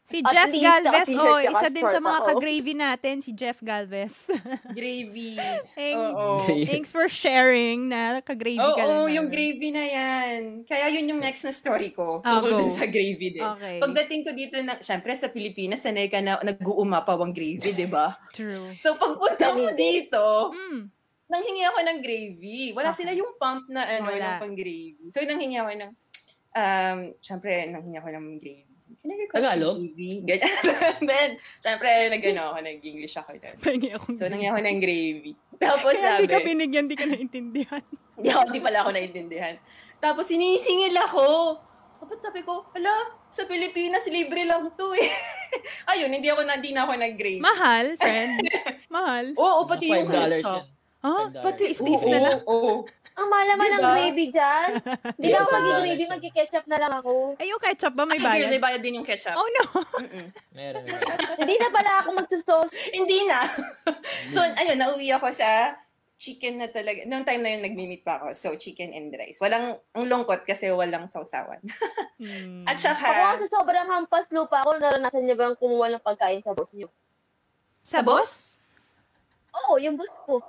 Si At Jeff least, Galvez, naka-t-shirt oh, ka, isa din sa short mga ako. ka-gravy natin, si Jeff Galvez. Gravy. Thank- Oo. Thanks for sharing na ka-gravy Oo, ka lang. namin. yung gravy na yan. Kaya yun yung next na story ko. Ah, Tungkol go. dun sa gravy din. Okay. Pagdating ko dito, na, syempre sa Pilipinas, sanay ka na nag-uumapaw ang gravy, di ba? True. So pagpunta ko dito, Mm. nanghingi ako ng gravy. Wala Okay. sila yung pump na ano, Wala. yung pang gravy. So nanghingi ako ng, um, syempre, nanghingi ako ng grade. Kinagay ko Tagalog? sa gravy. Ganyan. Then, syempre, nag-ano ako, nag-English ako dun. Pengi akong So, nanghingi ako ng gravy. Tapos Kaya sabi, di ka binigyan, di ka naintindihan. hindi ako, di pala ako naintindihan. Tapos sinisingil ako. Tapos sabi ko, ala, sa Pilipinas, libre lang to eh. Ayun, hindi ako na, hindi na ako nag-grade. Mahal, friend. Mahal. Oo, Oh, pati yung $5 yan. college ko. Ah, $5. pati Tiis istis na lang. Oo, Ang malaman ng Diba? gravy dyan. Hindi Diba? na ako magiging Diba? gravy, magki-ketchup na lang ako. Ay, yung ketchup ba may Ay, bayad. bayad? bayad din yung ketchup. Oh no. Meron. meron. Hindi na pala ako magsusos. Hindi na. so, ayun, nauwi ako sa chicken na talaga. Noong time na yun, nagmi-meet pa ako. So, chicken and rice. Walang, ang lungkot kasi walang sausawan. Hmm. At Ako saka, kasi sobrang hampas lupa ako, naranasan niyo bang kumuha ng pagkain sa boss niyo? Sa boss? Oo, yung boss ko.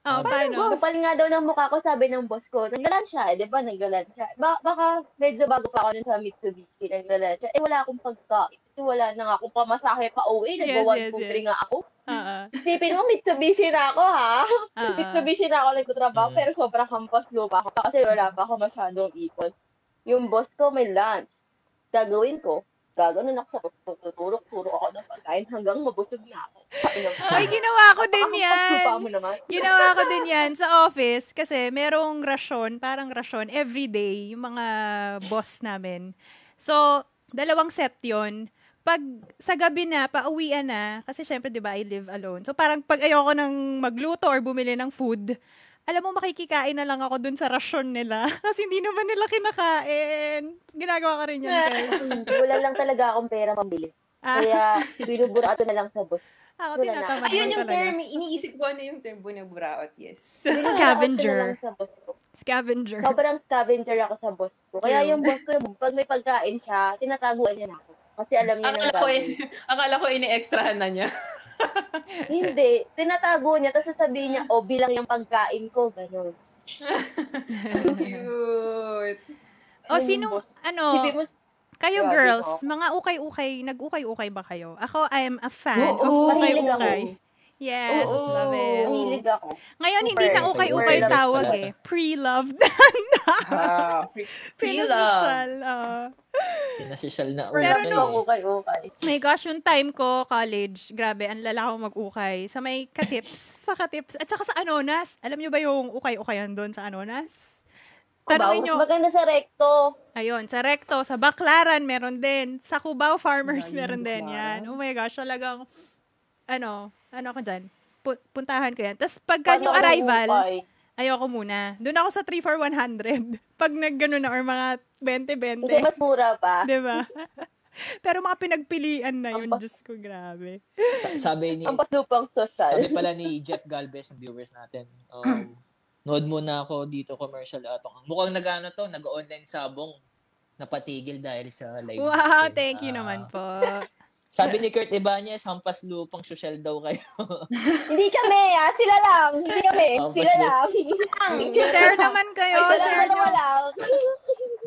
Oh, Ah, paano? Kapal nga daw ng mukha ko, sabi ng boss ko, naglalan siya, eh, di ba? Naglalan siya. Ba- baka medyo bago pa ako nun sa Mitsubishi, naglalan siya. Eh, wala akong pagkain. Kasi wala na nga akong pamasahe pa uwi. Yes, Nagwa yes, yes, yes. nga ako. Ah, ah, Isipin mo, Mitsubishi na ako, ha? ah, ah. Mitsubishi na ako nagtatrabaho, Mm. pero sobrang hampas lupa ako pa kasi wala pa ako masyadong ipon. Yung boss ko may lunch. Gagawin ko, gaganon ako sa boss ko, tuturo-turo ako ng pagkain hanggang mabusog na ako. Sabi ng boss, Ay, ginawa ko din "Hampas lupa yan. mo naman. Ginawa ko din yan sa office kasi merong rasyon, parang rasyon, everyday, yung mga boss namin. So, dalawang set yon Pag sa gabi na, pauwian na, kasi syempre, di ba, I live alone. So, parang pag ayoko ng magluto or bumili ng food, alam mo, makikikain na lang ako dun sa rasyon nila. kasi hindi naman nila kinakain. Ginagawa ko rin yan, guys. Hindi, wala lang talaga akong pera pambili. Ah, Kaya binuburato na lang sa boss. ako wala na. tinatamad ayun lang yung talaga. term, iniisip ko ano yung term, bunaburaot, yes. Binuburaot Scavenger. ko na lang sa boss ko. Scavenger. Sobrang scavenger ako sa boss ko. Kaya yung boss ko, pag may pagkain siya, tinataguan niya na ako. Kasi alam niya akala ko, eh. gagawin. in, akala ko ini-extrahan na niya. Hindi. Tinatago niya, tapos sasabihin niya, oh, bilang yung pagkain ko, gano'n. Cute. O, sinong, ano? Isipin mo, Kayo Grabe girls, ka. mga ukay-ukay, nag-ukay-ukay ba kayo? Ako, I am a fan Oo, of mahilig ako. ukay-ukay. Yes, Oo. love it. ang hilig ako. Ngayon, Super. hindi na ukay-ukay Super. tawag Love eh. it. Pre-loved. Ah, Pre-social. oo. Sinasosyal na Pero ulit Pero na no, yun eh. ukay-ukay. my gosh, yung time ko, college, grabe, ang lala ko mag-ukay. Sa may katips, sa katips, at saka sa Anonas. Alam nyo ba yung ukay-ukayan doon sa Anonas? Tanungin nyo, Maganda sa recto. Ayun, sa Recto, sa Baclaran meron din. Sa Cubao Farmers Ayun, meron din yan. Baclaran. Oh my gosh, talagang, ano, ano ako dyan? Pu- puntahan ko yan. Tapos pagka yung Paano ako arrival, ukay? ayoko muna. Doon ako sa 3 for 100. Pag nagganon na or mga Kasi 20-20. mas mura pa. Di ba? Pero mga pinagpilian na yun. Ang pa- Diyos ko, grabe. Sa- Sabi ni Ang paslupang social. Sabi pala ni Jeff Galvez, ng viewers natin, um, nood muna ako dito commercial atong. Mukhang nagano to, nag-online sabong napatigil dahil sa live. Wow, natin. thank you Ah, naman po. Sabi ni Kurt Ibanez, hampas lupang social daw kayo. Hindi kami, ah. Sila lang. Hindi kami. Ang Sila paslup. lang. Share naman kayo. Ay, sila share lang. nyo. lang.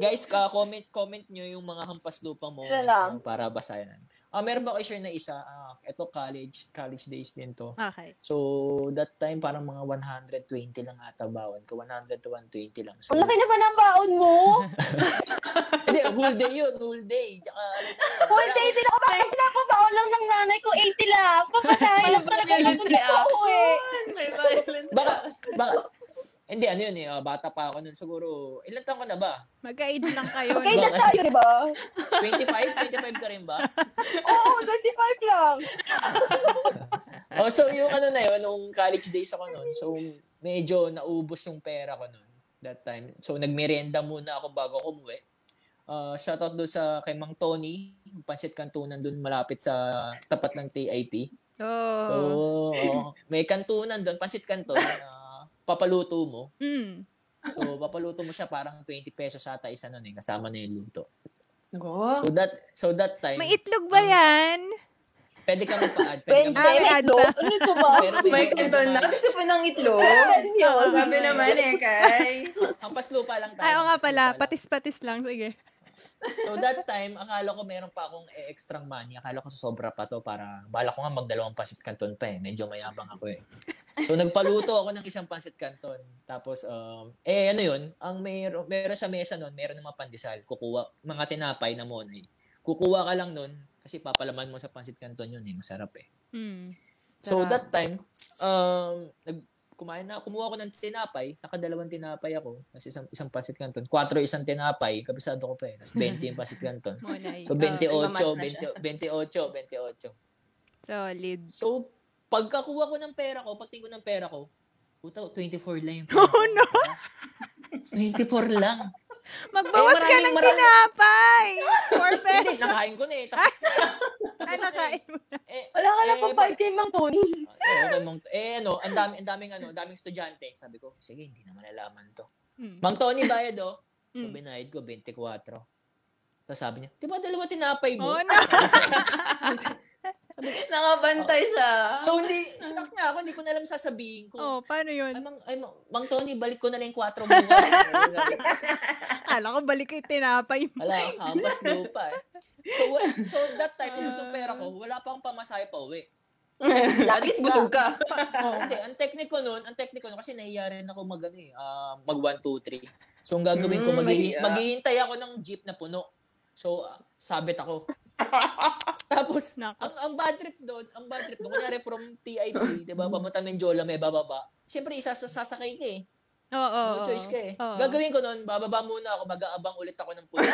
Guys, ka comment comment nyo yung mga hampas lupang mo Sila lang. para basahin namin. Ah, meron ba kayo share na isa? Ah, ito college, college days din to. Okay. So, that time parang mga 120 lang ata bawan ko. 100 to 120 lang. So, Ang laki naman ang baon mo. Hindi, whole day yun, whole day. Tsaka, ano na yun, Full wala- day sila. Ako bakit na ako baon lang ng nanay ko? 80 lang. Papatay. Alam talaga lang kung ako ah. eh. May violent. Baka, baka, hindi, ano yun eh, ah, bata pa ako nun. Siguro, ilan taon ko na ba? Magka-age lang kayo. Okay no? na tayo, di ba? 25? 25 ka rin ba? Oo, 25 lang. Oh, so yung ano na yun, nung college days ako nun. So, medyo naubos yung pera ko nun that time. So, nagmerienda muna ako bago ako umuwi. Uh, shoutout doon sa kay Mang Tony, yung pancit kantunan doon malapit sa tapat ng TIP. Oh. So, oh, may kantunan doon, pancit kanton na papaluto mo. mm. So, papaluto mo siya parang 20 pesos ata isa nun eh, kasama na yung luto. Go. So that so that Oh. time, May itlog ba yan? pwede ka magpa-add, pwede Ah, ka 20 may magpa-add. ad itlog? pa. Ano ito ba? Pero May pwede kanto na. ka Gusto pa ng itlog? Ano yun? Grabe naman eh, Kai. Hampas lupa lang tayo. Ay, oo nga hampas pala. lupa lang. Patis-patis lang. Sige. So that time, akala ko meron pa akong e- extrang money. Akala ko sobra pa to para, bala ko nga magdalawang pancit canton pa eh. Medyo mayabang ako eh. So nagpaluto ako ng isang pancit canton. Tapos, um, eh ano yun, ang meron, meron sa mesa nun, meron ng mga pandesal. Kukuha, mga tinapay na monay. Kukuha ka lang nun, kasi papalaman mo sa pancit canton yun eh. Masarap eh. Mm. So Sarap. that time, um, nag, kumain na, kumuha ako ng tinapay, nakadalawang tinapay ako, tapos isang, isang pancit canton, 4 isang tinapay, kabisado ko pa eh, tapos 20 yung pancit canton. Monay. So Oo, 28, nagmamatch na 20, 28, 28. solid. So pagkakuha ko ng pera ko, pagtingin ko ng pera ko, puta, 24 lang yung pera. Oh, no! 24 lang. Magbawas Eh, ka maraming- ng maraming- tinapay! Four Hindi, pesos. Ano nakain ko na eh. Tapos na. Ay, Tapos na eh. Ah, nakain mo. Eh, Wala ka lang eh, pang 5K, Mang Tony. Eh, okay, Mang eh, ano, ang dami, ang daming ano, daming estudyante. Sabi ko, sige, hindi naman nalaman to. Mm. Mang Tony bayad oh. So, Mm. binayad ko, 24. Tapos sabi niya, di ba dalawa tinapay Oh, mo? no. Nakabantay siya. So, hindi, stuck niya ako, hindi ko na alam sasabihin ko. Oh, paano Ay, yun? mang, ay, mang, Mang Tony, balik ko na lang yung 4 bukas. Akala ko balik kay tinapay mo. Wala, hampas lupa eh. So, wa- so that time, uh, yung pera ko, wala pa akong pamasahe pa uwi. At least busog ka. Oh, hindi. Ang technique ko noon, ang technique ko noon, kasi nahiya rin ako mag, ano, eh, ah, mag 1, 2, 3. So, ang gagawin ko, Mm, maghihi- nahiya. maghihintay ako ng jeep na puno. So, ah, sabit ako. Tapos, Nako. ang, ang bad trip doon, ang bad trip doon, kunyari from TIP, di ba, pamunta Menjola, may bababa. Siyempre, isa sa sasakay ka eh. Oo, oo, No oo. choice ka eh. Oo. Gagawin ko noon, bababa muna ako, mag-aabang ulit ako ng puno.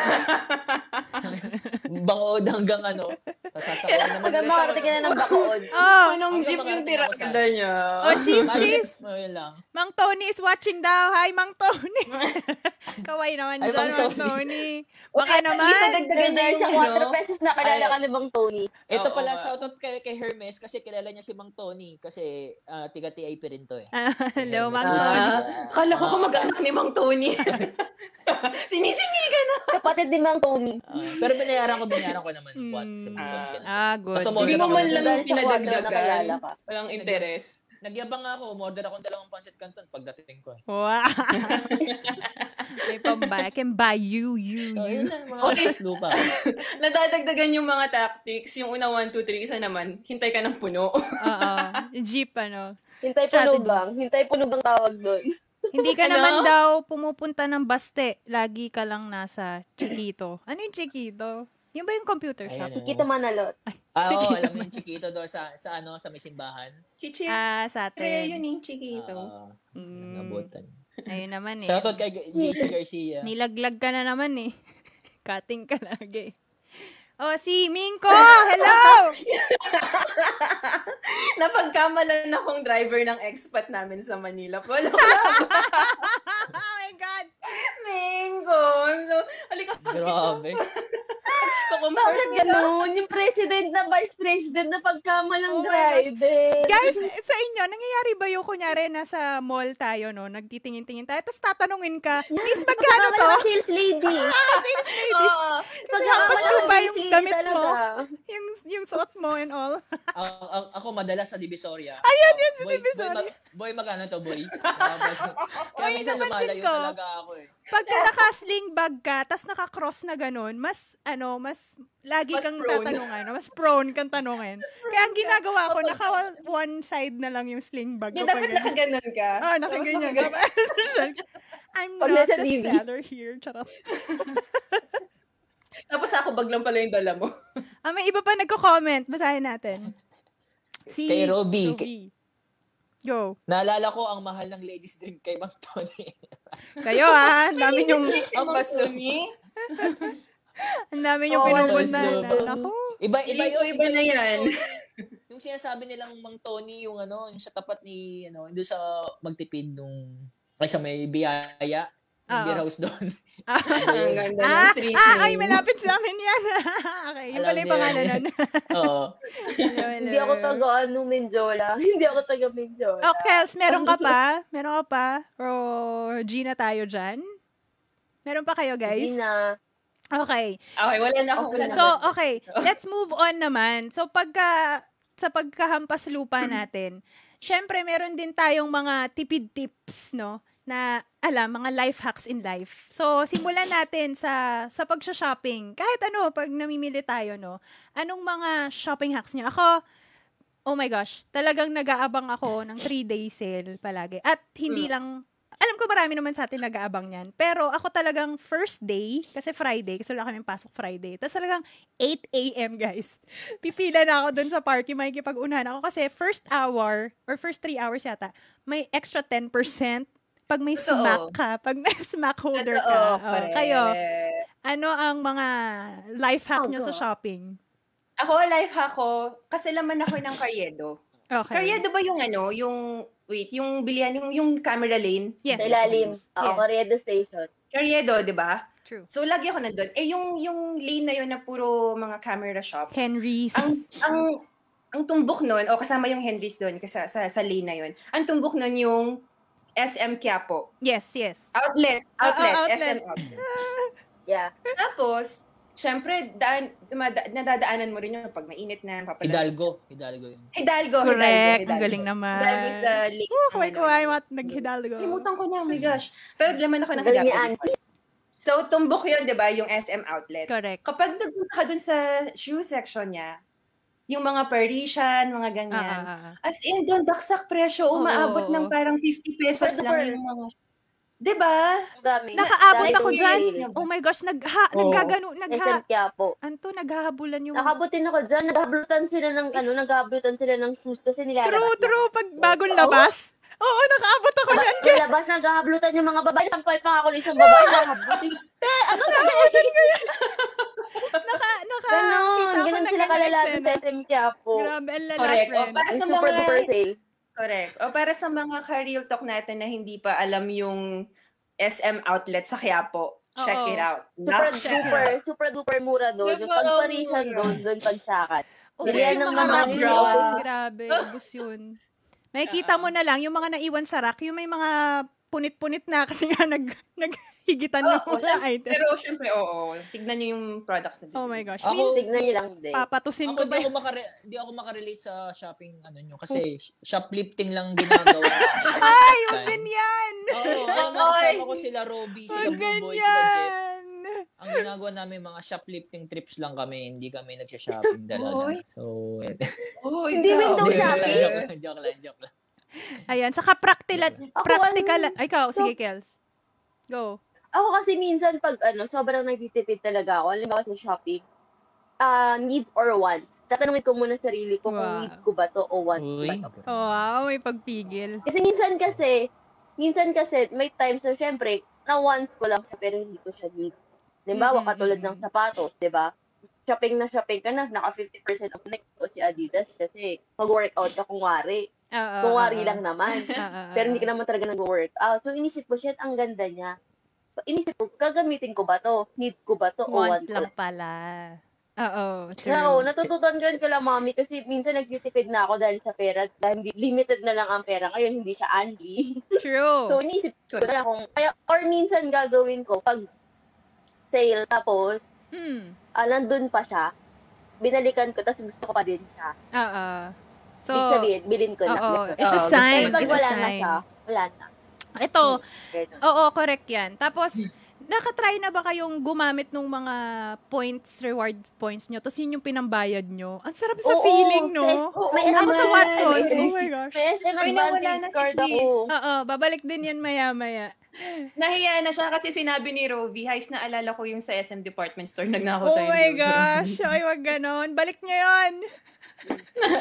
Bangood hanggang ano, sasakay naman Pagka ulit ako. makarating ka na ng bakood. Oh, Anong jeep yung tirakda niya? oh, cheese, Bad trip, cheese. oh, yun lang. Mang Tony is watching daw. Hi, Mang Tony. Kaway naman Ay, dyan, Mang Mang Tony. Baka At least naman. nadagdagan na Dahil yung sa ano. 4 pesos na kilala ka ni Mang Tony. Ito Eh, Oo pala, nga. shoutout kay, kay Hermes kasi kilala niya si Mang Tony kasi ah, tiga TIP rin to eh. Ah, Hello, Hermes Mang Gucci. Tony. Ah, Akala ko Ah, ka mag-anak ni Mang Tony. Sinisingil ka na. Kapatid ni Mang Tony. ah, pero binayaran ko, binayaran ko naman ng Hmm. kwat si Mang Tony. Ah, good. Basta mo Hindi Order mo ako man ng- lang Dahil sa 4 na pinadagdagan. kilala ka. Walang interes. Nagyabang ako, umorder ako ng dalawang pancit canton pagdating ko eh. Wow. May pambay. I can buy you, you, So, you. yun lang, mga okay. lupa. Nadadagdagan yung mga tactics. Yung una, 1, 2, 3, isa naman, hintay ka ng puno. Oo. Jeep, ano. Hintay punog Strategies. lang. Hintay punog ang tawag doon. Hindi ka Ano? naman daw pumupunta ng baste. Lagi ka lang nasa Chiquito. Ano yung Chiquito? Yun ba yung computer shop? Ayan, oh. Kikita manalot. Ah, oo, Chiquito. alam mo yung Chiquito doon sa, sa ano, sa may simbahan. Chichi. eh. Ah, sa Kaya yun atin. yung chiquito. Ah, Mm. nabutan. Ayun naman eh. Shoutout kay G- JC Garcia. Nilaglag ka na naman eh. Cutting ka lagi. Oh, si Minko! Hello! Oh Napagkamalan akong driver ng expat namin sa Manila. Wala oh my God! Mingo. So, halika Grabe. ko Bakit comfort nila. ganun? Yung president na vice president na pagkamalang Oh my gosh. driver. Guys, sa inyo, nangyayari ba yung kunyari nasa mall tayo, no? Nagtitingin-tingin tayo, tapos tatanungin ka, Miss, magkano Pagkamalang to? sales lady. Oo. Kasi hampas mo ba yung sales damit talaga. mo? Yung, yung suot mo and all? Ang- ang- ako madalas sa Divisoria. Ayun, yun sa Divisoria. Boy, mag, boy, magkano to, boy? Kaya Uy, minsan napansin lumalayo ko. talaga ako eh. Pagka nakasling bag ka, tapos nakakross na ganun, mas, ano, mas, lagi Mas kang prone. tatanungan, no? mas prone kang tanungin. Kaya ang ginagawa ko, naka one side na lang yung sling bag Hindi, ko. dapat pag- nakaganon ka. Ah, nakaganyan. Dapat Dapat social. I'm Pag not nasa the TV. seller here. Charot. nakaganon. Tapos ako baglang pala yung dala mo. Ah, may iba pa nagko-comment. Basahin natin. Si Kay Robby. Joey. Go. Naalala ko ang mahal ng ladies drink kay Mang Tony. Kayo ah. Ang dami yung, ang Mang mas Tony. ang dami yung Oh, pinupundaan. slow. Ako. Iba, iba Feeling ko yun. iba na yun, yan. Mang Tony. Yung sinasabi nilang Mang Tony, yung ano, yung sa tapat ni, ano, doon sa magtipid nung, ay sa may biyaya, yung Oo. beer house doon. Ang ganda ng Ah, street ah, name. ay, malapit sa amin yan. okay, yun Alam pala yung niya pangalan yan. nun. Oo. Hello, Hindi ako hello. taga ano, Menjola. Hindi ako taga Menjola. Oh, Kels, meron ka pa? Meron ka pa? O, Gina tayo dyan? Meron pa kayo, guys? Gina. Okay. Okay, wala na ako. Okay. So, Mm-hmm. okay. Let's move on naman. So, pagka, sa pagkahampas lupa natin, syempre, meron din tayong mga tipid tips, no? Na, alam, mga life hacks in life. So, simulan natin sa, sa pag-shopping. Kahit ano, pag namimili tayo, no? Anong mga shopping hacks niyo? Ako, oh my gosh, talagang nag-aabang ako ng 3-day sale palagi. At Mm. hindi lang alam ko marami naman sa atin nag-aabang niyan. Pero ako talagang first day, kasi Friday, kasi wala kaming pasok Friday. Tapos talagang 8 a.m. guys. Pipila na ako dun sa parking, may kipag-unahan ako. Kasi first hour, or first three hours yata, may extra 10% pag may Totoo. smack ka, pag may smack holder ka. Totoo, Oh, correct. kayo, Eh, ano ang mga life hack Oh, nyo sa go. shopping? Ako, life hack ko, kasi laman ako ng karyedo. Okay. Karyedo ba yung ano, yung, wait, yung bilihan, yung, yung camera lane? Yes. Sa ilalim. Oo, Yes. Corredo Station. Karyedo, di ba? True. So, lagi ako nandun. Eh, yung, yung lane na yun na puro mga camera shops. Henry's. ang ang ang tumbok nun, o kasama yung Henry's doon kasi sa, sa lane na yun, ang tumbok nun yung SM Quiapo. yes, yes. Outlet. Ah, ah, Outlet. outlet. SM outlet. Yeah. Tapos, syempre, daan, dumada, nadadaanan mo rin yun pag mainit na. Papadaan. Hidalgo. Hidalgo yun. Hidalgo. Hidalgo. Correct. Oh, Hidalgo. Ang galing naman. Hidalgo is the lane. Uh, kuwai Ano, kuwai, ano. what? Naghidalgo. Kalimutan ko na, oh my gosh. Pero laman ako ng Ang galing ni Hidalgo. Auntie. So, tumbok yun, di ba, yung SM outlet. Correct. Kapag nagpunta ka dun sa shoe section niya, yung mga Parisian, mga Ah, ganyan, ah, ah, ah. As in, doon, baksak presyo, Oo, umaabot oo, ng oo. parang 50 pesos Pwede lang pa. yung mga... Diba? Ang dami. Nakaabot Dahil ako yung dyan. rail. Oh my gosh, nagha, Oo. nagkagano, nagha, SM Quiapo. anto, naghahabulan yung... Nakabutin ako dyan. Naghablutan sila ng ano, naghablutan sila ng shoes kasi nilalabas. True, na. true, pag bagong labas. Oo, nakaabot ako yan. Nilabas, naghahablutan yung mga babae. Sampal pa ako ng isang babae. Naghablutin. Te, ano ba? Naka, naka, Ganon. kita ko na Ganon sila ganyan kalalabi eksena. sa SM Quiapo. Grabe, ang lala, Correct. O, friend. para Yung sa super mga... duper sale. Correct. O, para sa mga ka-real talk natin na hindi pa alam yung SM outlet sa Quiapo, check Oo. it out. Super, Nak- super, super duper mura doon. Yung Diba? pagparisan doon, doon pagsakat. Ubus Bilihan yung ng mga mga nabrow. brown. Grabe, ubus yun. Makikita mo na lang, yung mga naiwan sa rack, yung may mga punit-punit na kasi nga nag, naghigitan na Oo, mga item. Pero syempre, oo. Tignan nyo yung products na dito. Oh my gosh. Ako- Min, Tignan niyo lang din. papatusin Ako ko di ba Hmm. ako, makare, di ako makarelate sa shopping ano nyo kasi shoplifting lang ginagawa. Ay, huwag ganyan! Oo, ang mga kasama ko sila Robby, sila Huwag Buboy, sila Jet. ganyan! Ang ginagawa namin mga shoplifting trips lang kami, hindi kami nagsha-shopping dalawa. Oy. So, eh, Oh, Hindi ikaw. window joke shopping. lang, joke lang, joke lang. Ayan, saka practical, Ako, practical, ano, ay, ikaw, sige, so- Kels. Go. Ako kasi minsan pag ano, sobrang nagtitipid talaga ako. Alam mo sa shopping, ah needs or wants. Tatanungin ko muna sarili ko kung Wow. need ko ba to o wants ko Uy. ba to. Oh, Wow, may pagpigil. Kasi minsan kasi, minsan kasi may times na syempre, na once ko lang siya pero hindi ko siya need. Halimbawa, Mhm, katulad mhm. ng sapatos, di ba? Shopping na shopping ka na, naka 50% off na ko si Adidas kasi mag-workout ka kung wari. Uh, Kung wari lang naman. Pero hindi ka na... naman talaga nag-workout. So, inisip ko, shit, ang ganda niya. So, inisip ko, gagamitin ko ba to? Need ko ba to? O Want want ko lang pala. Oo, true. No, natututuan ko yun ko lang, mami, kasi minsan nagtitipid na ako dahil sa pera. Dahil hindi- limited na lang ang pera. Ngayon, hindi siya only. True. So, iniisip ko na kung, kaya, or minsan gagawin ko, pag sale, tapos, Hmm. ah, nandun pa siya, binalikan ko, tapos gusto ko pa din siya. Oo. So, Ibig sabihin, bilhin ko na. oo, Ganun. it's a Oo, gusto sign. Pero pag It's a wala na sign. siya, wala na. Ito, Ganun. oo, correct yan. Tapos, nakatry na ba kayong gumamit ng mga points, reward points nyo? Tapos yun yung pinambayad nyo. Ang sarap sa Oo, feeling, no? yes. Oo, Ako May sa ano naman, Watson. may- Oh my gosh. May SM Uy, nawala na advantage si card ako. Cheese. Oo, babalik din yan maya-maya. Nahiya na siya kasi sinabi ni Rovi, guys, naalala ko yung sa SM department store, Oh nagnakaw tayo. my doon." gosh, ay wag ganon. Balik niya yon.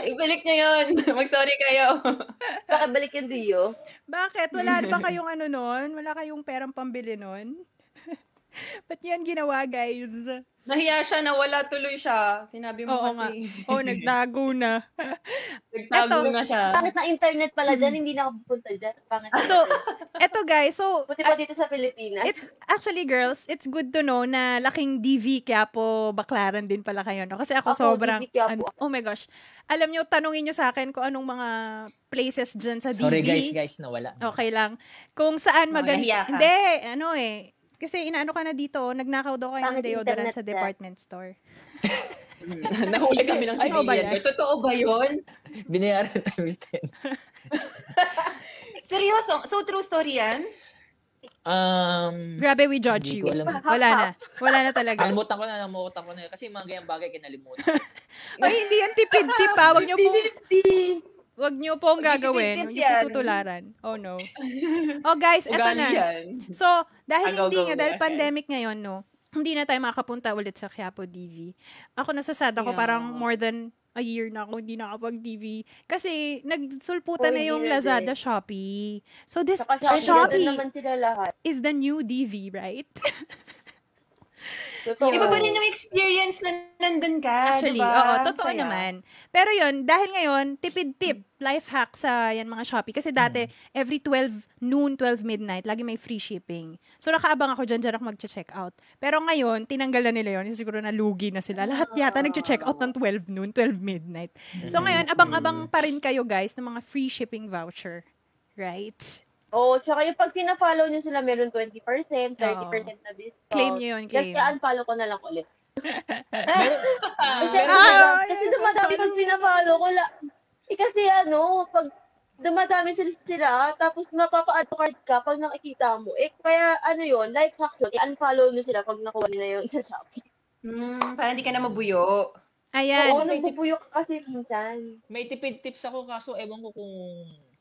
Ibalik niya yun. Mag-sorry kayo. Pakibalik yung Dio. Bakit? Wala ba kayong ano nun? Wala kayong perang pambili nun? Ba't yun ginawa, guys? Nahiya siya, nawala tuloy siya. Sinabi mo Oo nga. kasi. Oh, nagdago na. Nagtago Eto. na siya. Pangit na internet pala dyan, hindi na ako pupunta dyan. Pangit. Hmm. So, eto guys, so, Buti pa dito sa Pilipinas. it's actually girls, it's good to know na laking DV kaya po baklaran din pala kayo no kasi ako, Ako, sobrang DV Quiapo. an- oh my gosh. Alam niyo tanungin niyo sa akin kung anong mga places dyan sa DV. Sorry guys, guys, nawala. Okay lang. Kung saan Oo, maganda. nahiya ka. Hindi, ano eh. Kasi inaano ka na dito, oh, nagnakaw daw kayo ng Pangit deodorant internet sa ka. department store. Nahuli kami ng Ay, civilian. ba yan? Totoo ba yun? Binayaran times 10. Seryoso? So, true story yan? Um, Grabe, we judge Hindi you. ko alam. Wala na. Wala na talaga. Nakalimutan ko na, namukutan ko na. yun. Kasi mga ganyang bagay kinalimutan. ko. Ay, hindi yan tipid-tip ha. Huwag niyo pong, Fifty. huwag niyo pong Hindi gagawin. Huwag tipid-tips niyo pong yan. tutularan. Oh, no. Oh, guys, eto Ugali na. yan. So, dahil Ah, go, hindi go, nga, go dahil ahead. pandemic ngayon, no, hindi na tayo makapunta ulit sa Quiapo DV. Ako nasasad ako Yeah. parang more than a year na ako hindi nakapag-DV. Kasi nagsulputan Uy, na hindi yung na Lazada, Shopee. So this Saka Shopee, Shopee. naman sila lahat. is the new DV, right? Totoo. Iba ba rin yung experience na nandun ka? Actually, diba? oo, totoo Saya. naman. Pero yun, dahil ngayon, tipid-tip, life hack sa yan mga Shopee. Kasi dati, every 12 noon, 12 midnight, lagi may free shipping. So nakaabang ako dyan, dyan ako mag-check out. Pero ngayon, tinanggal na nila yun. Kasi Siguro na lugi na sila. Lahat yata nag-check out ng 12 noon, 12 midnight. So ngayon, abang-abang pa rin kayo guys ng mga free shipping voucher. Right? Oo, tsaka yung pag pina-follow nyo sila, meron 20%, 30% na discount. Claim nyo yun, claim. Kasi unfollow ko na lang ulit. Kasi, Ah, Ah, kasi ayun, dumadami pag pina-follow ko, la, eh, kasi ano, pag dumadami sila sila, tapos mapapa-adcard ka pag nakikita mo. Eh, kaya ano yun, life hack yun, i-unfollow nyo sila pag nakuha nila yun sa Shopee. Hmm, parang di ka na mabuyo. Ayan. Oo, may tip- nagpupuyo ka kasi minsan. May tipid tips ako kaso ewan ko kung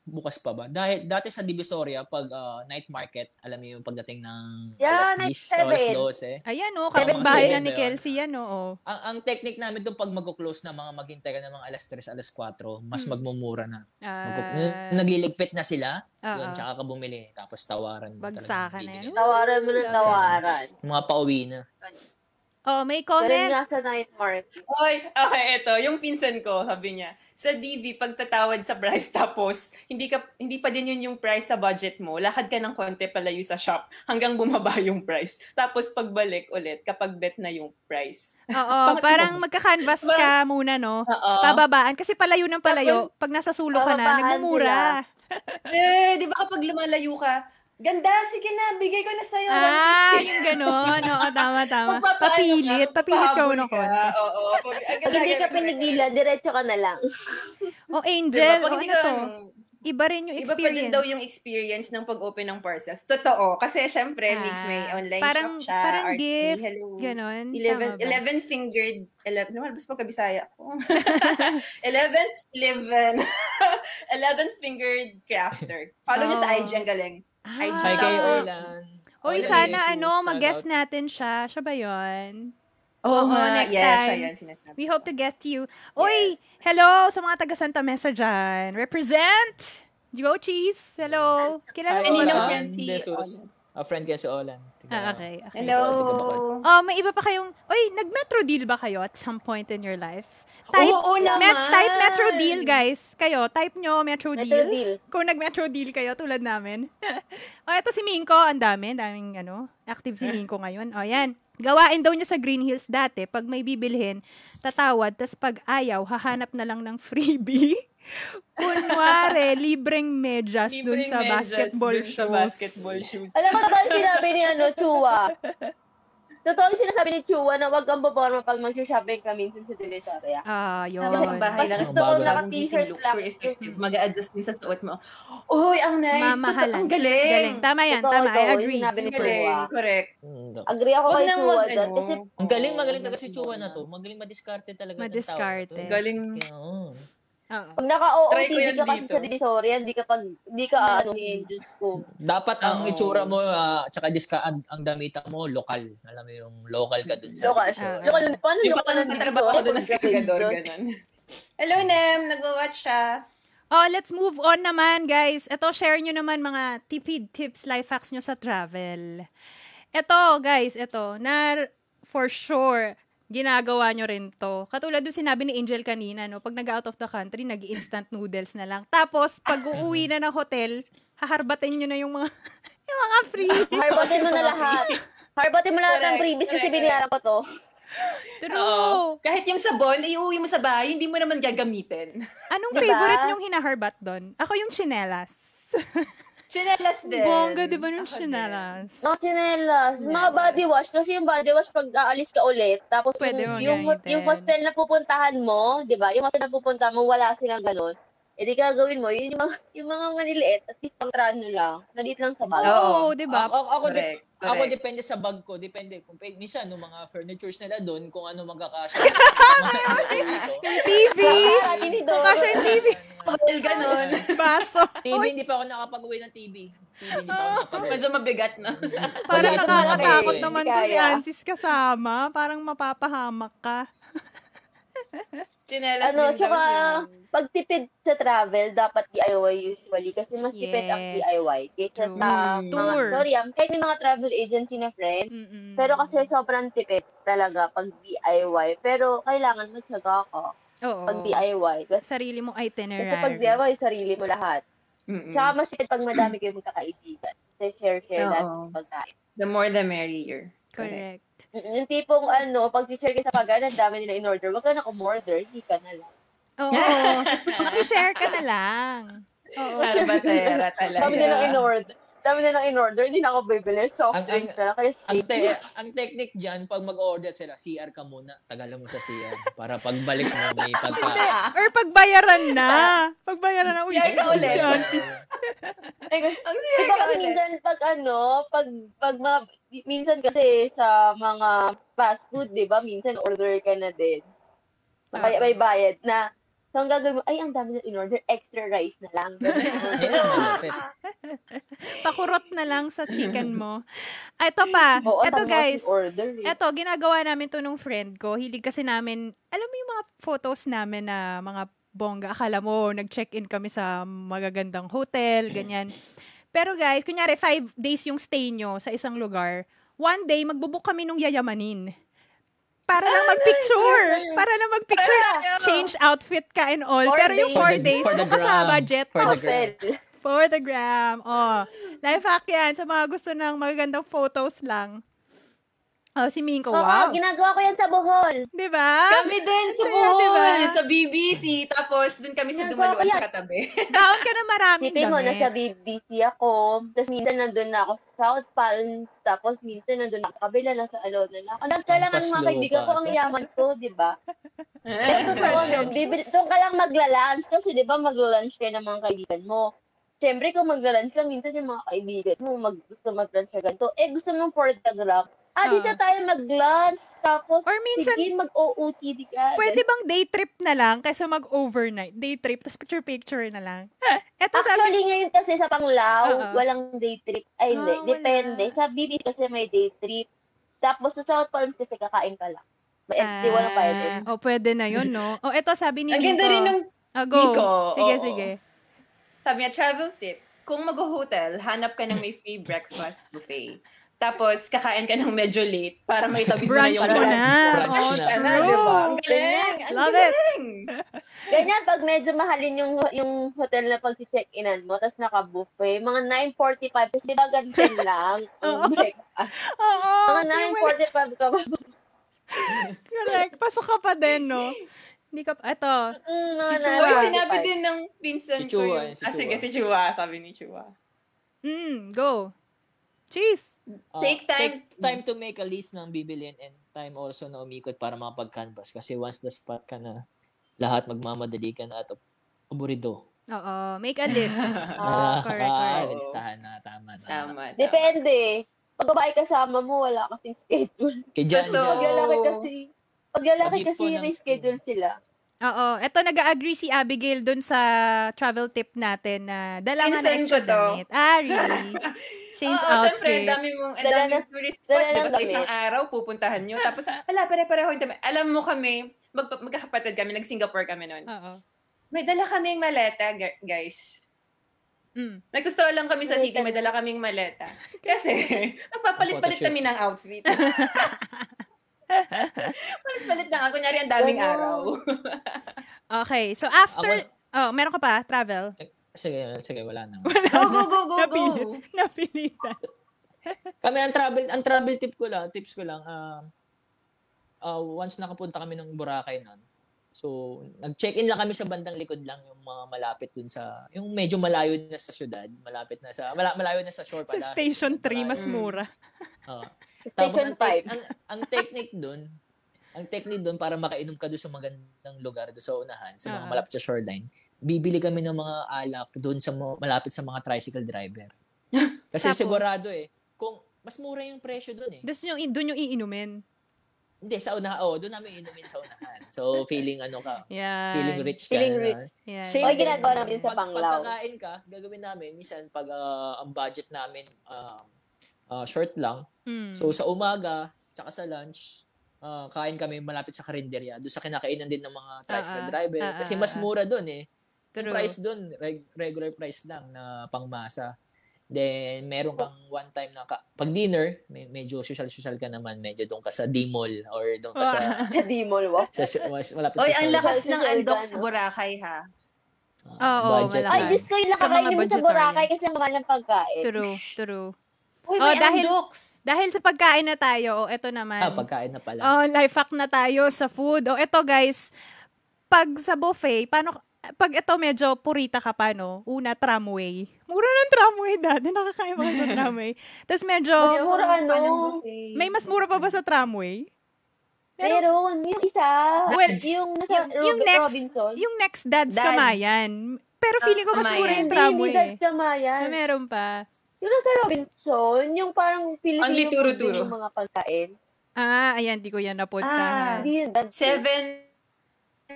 bukas pa ba. Dahil dati sa Divisoria, pag ah, night market, alam niyo yung pagdating ng Yeah, night alas 10, alas seven. 12. Ayan o, oh, Mga kapitbahay na ni sale na yun. Kelsey yan o. Oh, Ang, ang technique namin doon pag mag-close na mga maghintay ka ng mga alas 3, alas 4, mas Hmm. magmumura na. Mag- Ah, nagliligpit na sila, oo. yun, tsaka ka bumili. Tapos tawaran mo Bagsakan na talaga. yan. Tawaran mo ng tawaran. Yung Mga pauwi na. Oh, may Ganun comment. nga sa night market. Oy, okay, eto. Yung pinsan ko, sabi niya, sa DV, pagtatawad sa price tapos, hindi, ka, hindi pa din yun yung price sa budget mo. Lakad ka ng konti palayo sa shop hanggang bumaba yung price. Tapos pagbalik ulit kapag bet na yung price. Oo, parang magka-canvas ka muna, no? Oo. Pababaan. Kasi palayo ng palayo, pag nasa sulo ka na, Bababaan nagmumura. eh, di ba kapag lumalayo ka, ganda, sige na, bigay ko na sa'yo. Ah, yung gano'n. Oo, tama, tama. Ah, Papilit. Papilit ka muna ko. Oo, oo. Pag hindi ka pinigilan, diretso ka na lang. O, Diba? Angel, Pag o ano hindi ka, to? ano, Iba rin yung Iba pa rin experience. daw yung experience ng pag-open ng parcels. Totoo. Kasi syempre, mix may Ah, online parang, shop siya. Parang RT, gift. hello. Gano'n. 11, 11 fingered, 11, no, halbas pa kabisaya ko. 11, 11, 11 fingered crafter. Follow niyo sa Oo. IG, ang galing. Ah, Hi kay Olan. Oy, Olan Jesus, sana ano, shout mag-guess out. natin siya. Siya ba yun? Oo, nga, next yes, time. ayun, sinasabi We ko. hope to get you. Oy, hello sa mga taga Santa Mesa dyan. Represent! Go cheese! Hello! Kilala Hi, mo ba Ninong to? Olan. Francie, Jesus. A friend kay si Olan. Tiga- Ah, okay. okay. Hello. Ikaw, tiga Bacol. Oh, may iba pa kayong... Oy, nag-metro deal ba kayo at some point in your life? Type, Oo naman. met- type metro deal, guys. Kayo, type nyo metro, Metro deal. Kung nag-metro deal kayo, tulad namin. o, eto si Minko. Ang dami. Daming, ano, active si Minko ngayon. O, yan. Gawain daw niya sa Green Hills dati. Pag may bibilhin, tatawad. Tapos pag ayaw, hahanap na lang ng freebie. Kunwari, libreng medyas dun Libreng sa medyas basketball dun shoes. Sa basketball shoes. Alam mo, totoo yung sinabi ni ano, Chua. Totoo yung sinasabi ni Chua na wag kang baborma pag mag-shopping ka minsan sa Divisoria. Ah, yun. Habang bahay lang. Gusto Ang ko bago. naka-t-shirt lang. Mag-a-adjust din sa suot mo. Uy, ang nice. Mamahalan. Totoo, Ang galing. Galing. Tama yan. Totoo, Tama. I totoo. agree. Yung sinabi ni Ang Super. Chua. galing. Correct. Mm, Agree ako Huwag kay nang Chua mag, dyan. ano. Kasi Ang galing, magaling talaga si Chua na to. Magaling madiskarte talaga. ng tao na to. Madiskarte. Galing. Kaya, oo. Oo. pag Try ko yan naka-OOTD ka dito. kasi Hmm. sa Divisoria, hindi ka pag, hindi ka ano, eh, Diyos ko. Dapat ang Oo. itsura mo, ah, tsaka diska, ang, ang damita mo, lokal. Alam mo yung local ka dun sa Local. Divisoria. Local. Paano Yung local baka ng nagtatrabaho Divisoria? ako doon sa Salvador, ganun. Hello, Nem. Nag-watch siya. Oh, let's move on naman, guys. Ito, share nyo naman mga tipid tips, life hacks nyo sa travel. Ito, guys, ito. Na, for sure, ginagawa nyo rin to. Katulad yung sinabi ni Angel kanina, no? Pag nag-out of the country, nag-instant noodles na lang. Tapos, Ah. pag uuwi na ng hotel, haharbatin nyo na yung mga, yung mga free. Harbatin mo na lahat. Harbatin mo lahat ng Correct, previous kasi correct, binayaran ko to. True. Kahit yung sabon, iuwi mo sa bahay, hindi mo naman gagamitin. Anong Diba? favorite nyong hinaharbat doon? Ako yung chinelas. Chinelas din. Bongga, di ba nung Ako din. chinelas? No, chinelas. Mga body wash. Kasi yung body wash, pag aalis ka ulit, tapos Pwede mo yung, yung, gamitin. yung hostel na pupuntahan mo, di ba? Yung hostel na pupuntahan mo, wala silang ganun. Eh di gagawin mo, yun yung mga, yung mga maniliit, at least pang trano lang. Nalit lang sa bag. Oo, diba? Oo. di ba? Ako, ako, ako, dep- Correct. correct. ako depende sa bag ko. Depende. Kung, pe- minsan, nung mga furnitures nila doon, kung ano magkakasya. Yung TV. Parati ni Doro. Kasha yung TV. Well, ganun. Baso. TV, hindi pa ako nakapag-uwi ng TV. TV, hindi pa ako nakapag-uwi. Medyo mabigat na. Ah. Parang Wala, ito nakakatakot na naman eh. to si Kaya. Ansis kasama. Parang mapapahamak ka. Chinelas Ano, din daw tsaka yun. pagtipid sa travel, dapat DIY usually kasi mas tipid ang Yes. DIY kaysa True. Mm. sa mga, Tour. sorry, I'm kind of mga travel agency na friends. Mm-mm. Pero kasi sobrang tipid talaga pag DIY. Pero kailangan magtsaga ka Oo. pag DIY. Kasi, Sarili mong kasi pag itinerary. DIY, sarili mo lahat. Mm-mm. Tsaka mas tipid pag madami kayong magkakaibigan. Kasi share-share Oo. natin yung pagkain. The more the merrier. Correct. Mm, Yung tipong ano, pag share kayo sa pagkain, ang dami nila in order. Huwag ka na kumorder, hindi ka na lang. Oo. Mag-share ka na lang. Oo. Para batera ano talaga. Dami nilang in order. Dami nilang in order, hindi na ako bibili. Soft Ang- drinks na lang. Kaya Ang, shake. te- ang technique dyan, pag mag-order sila, CR ka muna, tagalan mo sa CR. Para pagbalik mo, may pagka... ah. Or pagbayaran na. Pagbayaran na. Uy, Share ka si ulit. ah. Ansis. Ay, kasi- Ang Di ba siya kasi minsan pag ano, pag, pag mga, minsan kasi sa mga fast food, di ba, minsan order ka na din. May, may bayad na. So, ang gagawin mo, ay, ang dami na in-order, extra rice na lang. Yan ang malupit. Pakurot na lang sa chicken mo. Ah, Ito pa. Oo, Ito tama, guys. order eh. Eto, ginagawa namin to nung friend ko. Hilig kasi namin, alam mo yung mga photos namin na mga bongga. Akala mo, nag-check-in kami sa magagandang hotel, ganyan. Pero guys, kunyari, five days yung stay nyo sa isang lugar. One day, magbubuk kami nung yayamanin. Para lang magpicture. Para lang magpicture. Change outfit ka and all. Four Pero yung days. four For the- days, for the nakakasama gram. jet For the for, Hotel. for the gram. Oh, life hack yan sa mga gusto ng magagandang photos lang. Oh, si Minko, Oo, wow. ginagawa ko yan sa Bohol. Di ba? Kami din sa Sa'yo, Bohol, diba? sa BBC. Tapos, dun kami sa Ginagawa ko Dumaluan yan. sa katabi. Baon ka na maraming Sipin damit. mo, nasa BBC ako. Tapos minsan nandun na ako sa South Palms. Tapos minsan nandun na ako sa kabila, nasa Alona na ako. Ang kailangan ng mga paslo kaibigan pa. ko, ang yaman ko, di ba? Doon doon ka lang magla-lunch kasi di ba magla-lunch kayo ng mga kaibigan mo. Siyempre kung magla-lunch ka, minsan yung mga kaibigan mo mag, gusto mag-lunch ka ganito. Eh gusto mong for the grab. Ah, Ah. dito tayo mag-lunch. Tapos, Or minsan- sige, mag-OOTD ka. Pwede bang day trip na lang kaysa mag-overnight? Day trip, tapos picture-picture na lang. Eto sabi, Actually, ngayon kasi sa Panglao, Oo. walang day trip. Ay, hindi. Ah, wala. Depende. Sa BB kasi may day trip. Tapos sa South Palms kasi kakain ka lang. May Ah, empty, walang bayad. eh. O, pwede na yun, no? O, eto sabi ni Ang ganda Nico. rin ng Ah, go. Nico, Sige, oo. sige. Sabi niya, travel tip. Kung mag-hotel, hanap ka ng may free breakfast buffet. Tapos, kakain ka ng medyo late para may tabi mo na Brunch yung mo na. Brunch Oh, na. Ano, true. diba? Ang galing. Ang Love it. galing. Ganyan, pag medyo mahalin yung yung hotel na pag check-inan mo, tapos naka-buffet, mga 9.45, kasi diba ganyan lang Oh, ang breakfast. Oo. Mga di mo na- 9.45 ka ba? Correct. Pasok ka pa din, no? Hindi ka pa. Eto. Mm, mga Si Chua. Uy, 9:45. sinabi din ng pinsan Si ko Chua, yung... si Ah, Chua. sige, si Chua. Sabi ni Chua. Mm, go. Cheese. Ah, Take time. Take time to make a list ng bibilin and time also na umikot para mapag-canvas. Kasi once the spot ka na, lahat magmamadali ka na at aburido. Oo. Make a list. Ah, correct, Ah, correct. listahan na. Tama, tama. Tama. tama. Depende. Pag babae kasama mo, wala kasing schedule. Kaya dyan, Totoo. Pag dyan. lalaki kasi, pag lalaki Pag-ipon kasi, ng may schedule sila. Oo. Eto, nag-agree si Abigail dun sa travel tip natin na dala nga na Pinsan extra ko to. damit. Ah, really? Change Oo, syempre, outfit. ang dami mong, ang Dala dami na- tourist dala spots, ng diba? Sa damit. isang araw, pupuntahan nyo. Tapos, ala, pare-pareho yung dami. Alam mo kami, mag, magkakapatid kami, nag-Singapore kami noon. Oo. May dala kaming maleta, gu- guys. Mm. Nagsustroll lang kami sa Maleta city, may dala kaming maleta. Kasi, nagpapalit-palit Photoshoot. kami ng outfit. Palit-palit na nga. Kunyari, ang daming Ganun. araw. Okay. So, after... Ako- Oh, meron ka pa? Travel? Sige, sige, wala na. go, go, go, go, Napilit. go. Napilitan. Kami ang travel, ang travel tip ko lang, tips ko lang, um uh, once nakapunta kami ng Boracay noon. So, nag-check-in lang kami sa bandang likod lang yung mga malapit dun sa, yung medyo malayo na sa syudad, malapit na sa, mala, malayo na sa shore Sa pala. Station 3, mas Malayo. mura. Oo. Tapos ang, Station te- 5. ang, ang technique dun, ang ang technique doon para makainom ka doon sa magandang lugar doon sa unahan, sa mga Ah. Oo. malapit sa shoreline, bibili kami ng mga alak doon sa mga- malapit sa mga tricycle driver. Kasi Tapos? sigurado eh, kung mas mura yung presyo doon eh. Doon yung, doon yung iinumin. Hindi, sa unahan, oh, doon namin inumin sa unahan. So, feeling ano ka, Yan. feeling rich ka. Ah, Feeling na. rich. Yan. Same Oy, din, ginagawa pag- namin sa pag- Panglao. Pagkakain ka, gagawin namin, minsan pag ah, ang budget namin ah, ah, short lang, Mm. So sa umaga, tsaka sa lunch, ah, kain kami malapit sa karinderya. Doon sa kinakainan din ng mga Ah, tricycle ah. driver. Ah, ah, Kasi mas ah. mura doon eh. True. Yung price doon, reg- regular price lang na pangmasa. Then, meron kang one time na ka- pag dinner, may, medyo social-social ka naman, medyo doon ka sa D-Mall or doon Oh. ka sa, Sa Dimol, wow. sa, sa malapit Oy, sa ang Starbucks. lakas Kasi ng sa andok iba, sa no? Boracay, ha? Ah, Oo, budget malaki. Ay, lang. Diyos just ko Sa yung mga nakakainin mo sa budgetarian. Boracay kasi ang mahal ng pagkain. True, true. Uy, Oh, may dahil- andoks! Dahil sa pagkain na tayo, o oh, eto naman. Ah, pagkain na pala. Oh, life hack na tayo sa food. O eto guys, pag sa buffet, paano pag ito medyo purita ka pa, no? Una, tramway. Mura ng tramway dati. Nakakain mo sa tramway. Tapos medyo, Mas mura ano. may mas mura pa ba sa tramway? Meron- Meron. Yung isa. Well, yung nasa yung- Rob- yung next- Robinson. Yung next dad's, Dad's. kamayan. Pero feeling ko mas mura Ah, kamayan. yung Hindi, tramway. Hindi, dahil eh. kamayan. Ah, meron pa. Yung nasa Robinson, yung parang Filipino Only food turo-turo. yung mga pagkain. Ah, ayan, di ko yan napuntahan. Ah, Hindi yun, that's it. Seven,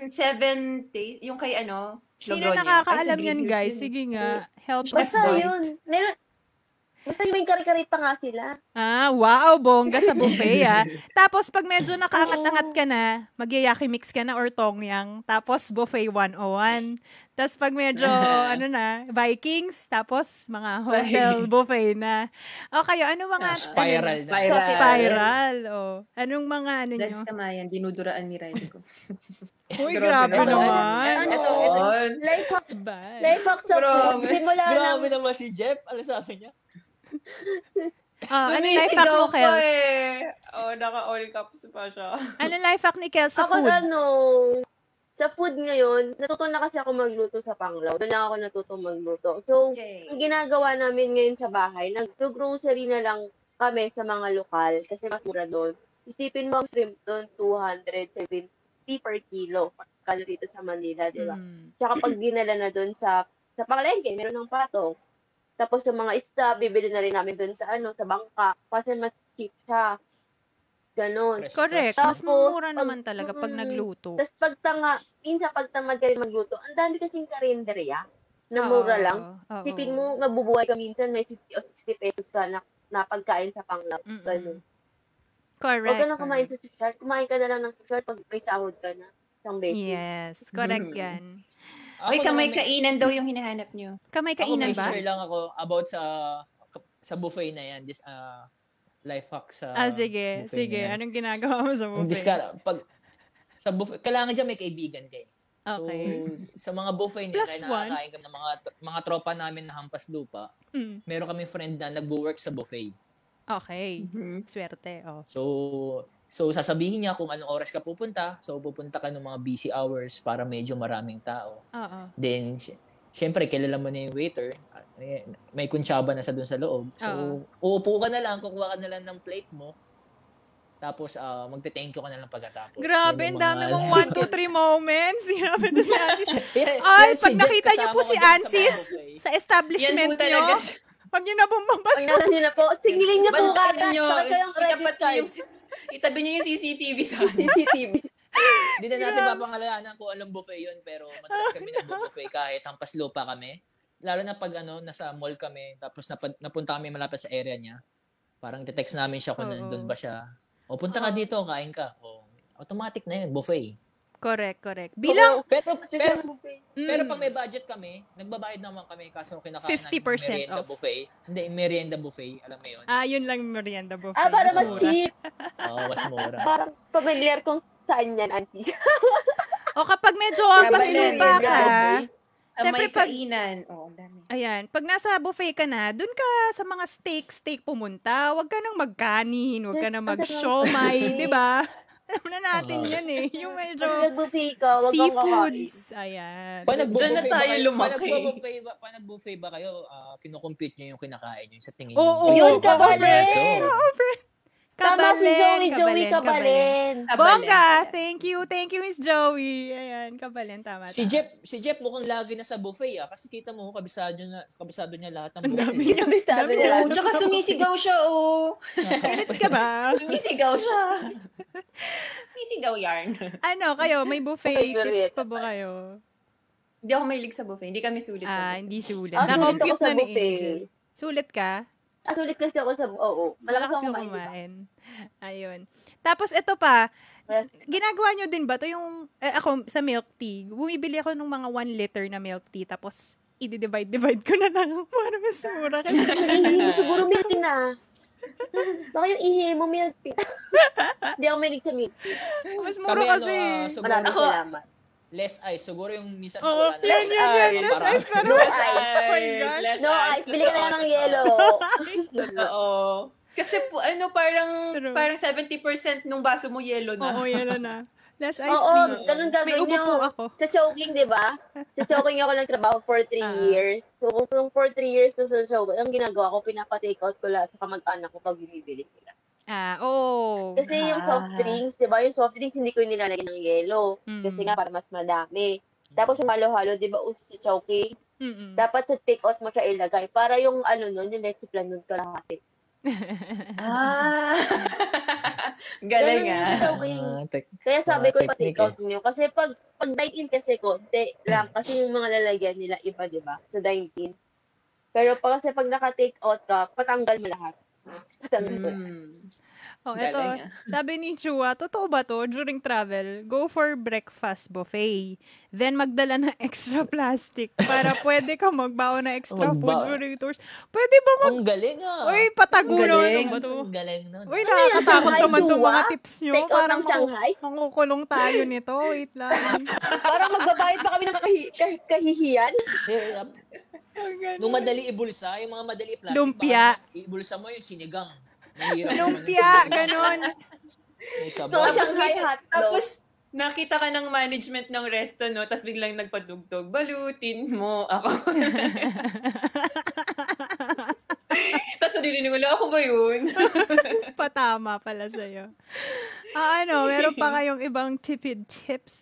seven, ta- yung kay ano? Sino Logroño. nakakaalam Ay, si yan, Green guys? Hills yun. Sige nga. Help us, Basta Lord. yun. Meron, basta yung may kari-kari pa nga sila. Ah, wow, bongga sa buffet, ah. Tapos, pag medyo nakaangat-angat ka na, magyayaki mix ka na or tongyang. Tapos, buffet 101. Tapos, pag medyo, ano na, Vikings. Tapos, mga hotel buffet na. O, kayo, ano mga... Ah, spiral Ano, na. Spiral. spiral. Oh. Anong mga ano nyo? That's kamayan, dinuduraan ni Riley ko. Uy, grabe Grabe Ito, naman. Ano? Ano ito, ito. Life hack, Bye. life hack sa food. Grabe. Simula ng Grabe naman si Jeff. Ano sabi niya? Oh, ano life hack mo, Kels? Oh, naka-all caps pa siya. Ano life hack ni Kels sa ako food? ano, sa food ngayon, natuto na kasi ako magluto sa Panglao. Doon na ako natuto magluto. So, Okay. ang ginagawa namin ngayon sa bahay, nag-grocery na lang kami sa mga lokal kasi mas mura doon. Isipin mo ang shrimp doon, 270 per kilo. Kalo dito sa Manila, di ba? Mm. Tsaka pag dinala na doon sa sa palengke, meron ng patong. Tapos yung mga isda, bibili na rin namin doon sa ano, sa bangka. Kasi mas cheap siya. Ganon. Fresh, Correct. fresh. Mas mura Tapos, naman talaga pag mm, nagluto. Tapos pag tanga, minsan pag tamad ka rin magluto, ang dami kasing karinderya na mura Oo, lang. oo. Sipin mo, nabubuhay ka minsan, may 50 o 60 pesos ka na napagkain sa panglaw. Mm-mm. Ganun. Correct. Huwag ka na kumain correct. sa social. Kumain ka na lang ng social pag may sahod ka na. Isang beses. Yes, correct Mm-hmm. yan. Mm. Uy, Ako kamay naman, kainan daw yung hinahanap niyo. Kamay ako, kainan may ba? share lang ako about sa sa buffet na yan. This uh, life hack sa ah, sige. buffet Sige, na yan. anong ginagawa mo sa Ang buffet? diskar- pag, sa buffet, kailangan dyan may kaibigan kayo. Okay. So, sa mga buffet nila, Plus one. nakakain kami ng mga, mga tropa namin na hampas lupa. Mm, Meron kami friend na nagwo-work sa buffet. okay. Mm-hmm. Swerte, oh. So, so sasabihin niya kung anong oras ka pupunta. So, pupunta ka ng mga busy hours para medyo maraming tao. Oo. Then, sy- syempre, kilala mo na yung waiter. Eh, May kuntsaba na sa dun sa loob. So, uupo ka na lang, kukuha ka na lang ng plate mo. Tapos, ah, magte-thank you ka na lang pagkatapos. Grabe, ang dami mong 1, 2, 3 moments. Grabe to si Ansis. Ay, Ay, pag nakita niyo po si Ansis, Sa establishment nyo, pag nyo nabumabas. Pag nasa nila po, singilin niyo po Balukan kata. niyo. Bakit kayong credit Itapat niyo card? yung, itabi niyo yung CCTV sa akin. CCTV. Hindi na natin papangalanan kung anong buffet yun, pero madalas kami nag-buffet kahit hampas lupa kami. Lalo na pag ano, nasa mall kami, tapos nap- napunta kami malapit sa area niya. Parang te-text namin siya kung Oo. nandun ba siya. O punta ka dito, kain ka. O, automatic na yun, buffet. Correct, correct. Bilang, Pero, pero, mm, pero pag may budget kami, nagbabayad naman kami kaso kinakain 50% namin merienda off. buffet. Hindi, merienda buffet, alam mo yun. ah, yun lang yung merienda buffet. Ah, para mas Mura. cheap. Oo, mas mura. Parang familiar kung saan yan, auntie. O kapag medyo ampas Kamay lupa kainan. ka, Siyempre Kamay pag- kainan. Oh, ang dami. Ayan, pag nasa buffet ka na, dun ka sa mga steak, steak pumunta. Huwag ka nang magkanin, huwag ka nang mag-siomay, di ba? Alam na natin Oo. yan eh. Yung medyo Pag nag-buffet ka, huwag kang kakain. seafoods. Ayan. Pag Diyan na nagbo-buffet ba tayo kayo, lumaki. pag nagbo-buffet ba, pag nagbo-buffet ba kayo, ah, kinocompute nyo yung kinakain nyo sa tingin nyo. Oo, eh. Yun, oo, kabalik! friend. Oo, friend. Tama si Kabalen, Joey, Joey Kabalen, Kabalen. Bongga! Thank you. Thank you, Miss Joey. Ayan, kabalin. Tama. Si tama. Jeff, si Jeff mukhang lagi na sa buffet ah. Kasi kita mo, kabisado niya, kabisado niya lahat ng Ang buffet. dami niya. Kabisado dami niya. niya. Oh, tsaka sumisigaw siya, oh. Kainit ka ba? Sumisigaw siya. sumisigaw yarn. Ano, kayo, may buffet Ay, Glorieta tips pa ba kayo? Hindi ako mahilig sa buffet. Hindi kami sulit Ah, sa buffet. hindi sulit. Ako sulit ako Na-compute sa na ni Angel. buffet. Sulit ka? Ah, sulit kasi ako sa, oo. Malakas ako kumain. diba? Ayun. Tapos ito pa, Yes. ginagawa nyo din ba to yung, eh, ako sa milk tea, bumibili ako ng mga 1 liter na milk tea, tapos i-divide-divide ko na lang para mas mura. Kasi Ihihi, siguro milk tea na. Baka yung ihi mo milk tea. Hindi ako mahilig sa milk tea. mas mura Kami ano, kasi. ah, siguro, Maraming Ako- salamat. less ice. Siguro yung minsan Oo, wala yan, na ice. yan, yan. Ah, Less parang- ice, pero No mas ice. Oh my gosh. Less No, ice. Bili ka na lang ng yellow. Oo. Kasi po, ano, parang True. parang 70% nung baso mo yelo na. Oo, yan na na. Less ice, Oo, please. ganun May gagawin upo nyo. po ako. Sa choking, di ba? Sa choking ako ng trabaho for three Ah. years. So, kung kung for three years ko sa choking, ang ginagawa ko, pinapa-take out ko lahat sa kamag-anak ko pag bumibili sila. Ah, oo. Kasi yung Ah. soft drinks, di ba? Yung soft drinks, hindi ko nilalagay ng yellow. Mm. Kasi nga, para mas madami. Tapos yung halo-halo, di ba, uso sa choking, Mm-mm. dapat sa take-out mo siya ilagay. Para yung, ano nun, yung leche plan nun kalahati. Ah. Galing Ganun ah. yun. Joking. Ah, tek- Kaya sabi Mga ko, technique ipa-take out nyo. Kasi pag, pag dine-in kasi konti lang. Kasi yung mga lalagyan nila iba, di ba? Sa dine-in. Pero pa kasi pag naka-take out ka, patanggal mo lahat. Sabi ko, Mm. Oh, Galing, eto, ah. sabi ni Chua, totoo ba to? During travel, go for breakfast buffet. Then magdala ng extra plastic para pwede ka magbao na extra food Magbao. during tours. Pwede ba mag... Ang galing ah. Uy, patagulo. galing. Ano ba to? Ang galing nun. Uy, nakakatakot Shanghai naman itong mga Chua? tips nyo. take out Parang ng Shanghai? maku- makukulong tayo nito. Wait lang. Parang magbabayad pa kami ng kakahi- kah- kahihiyan. Eh, ah, Ang ganun. Nung madali ibulsa, yung mga madali plastic. Lumpia. baka Ibulsa mo yung sinigang. Mahirap naman yung Lumpia, sinigang. ganon. Yung So, sabaw. Shanghai hotdog. Tapos, nakita ka ng management ng resto, no? Tapos biglang nagpadugtog, balutin mo ako. Tapos narinig ko lang, ako ba yun? Patama pala sa'yo. Ah, ano, meron pa kayong ibang tipid tips?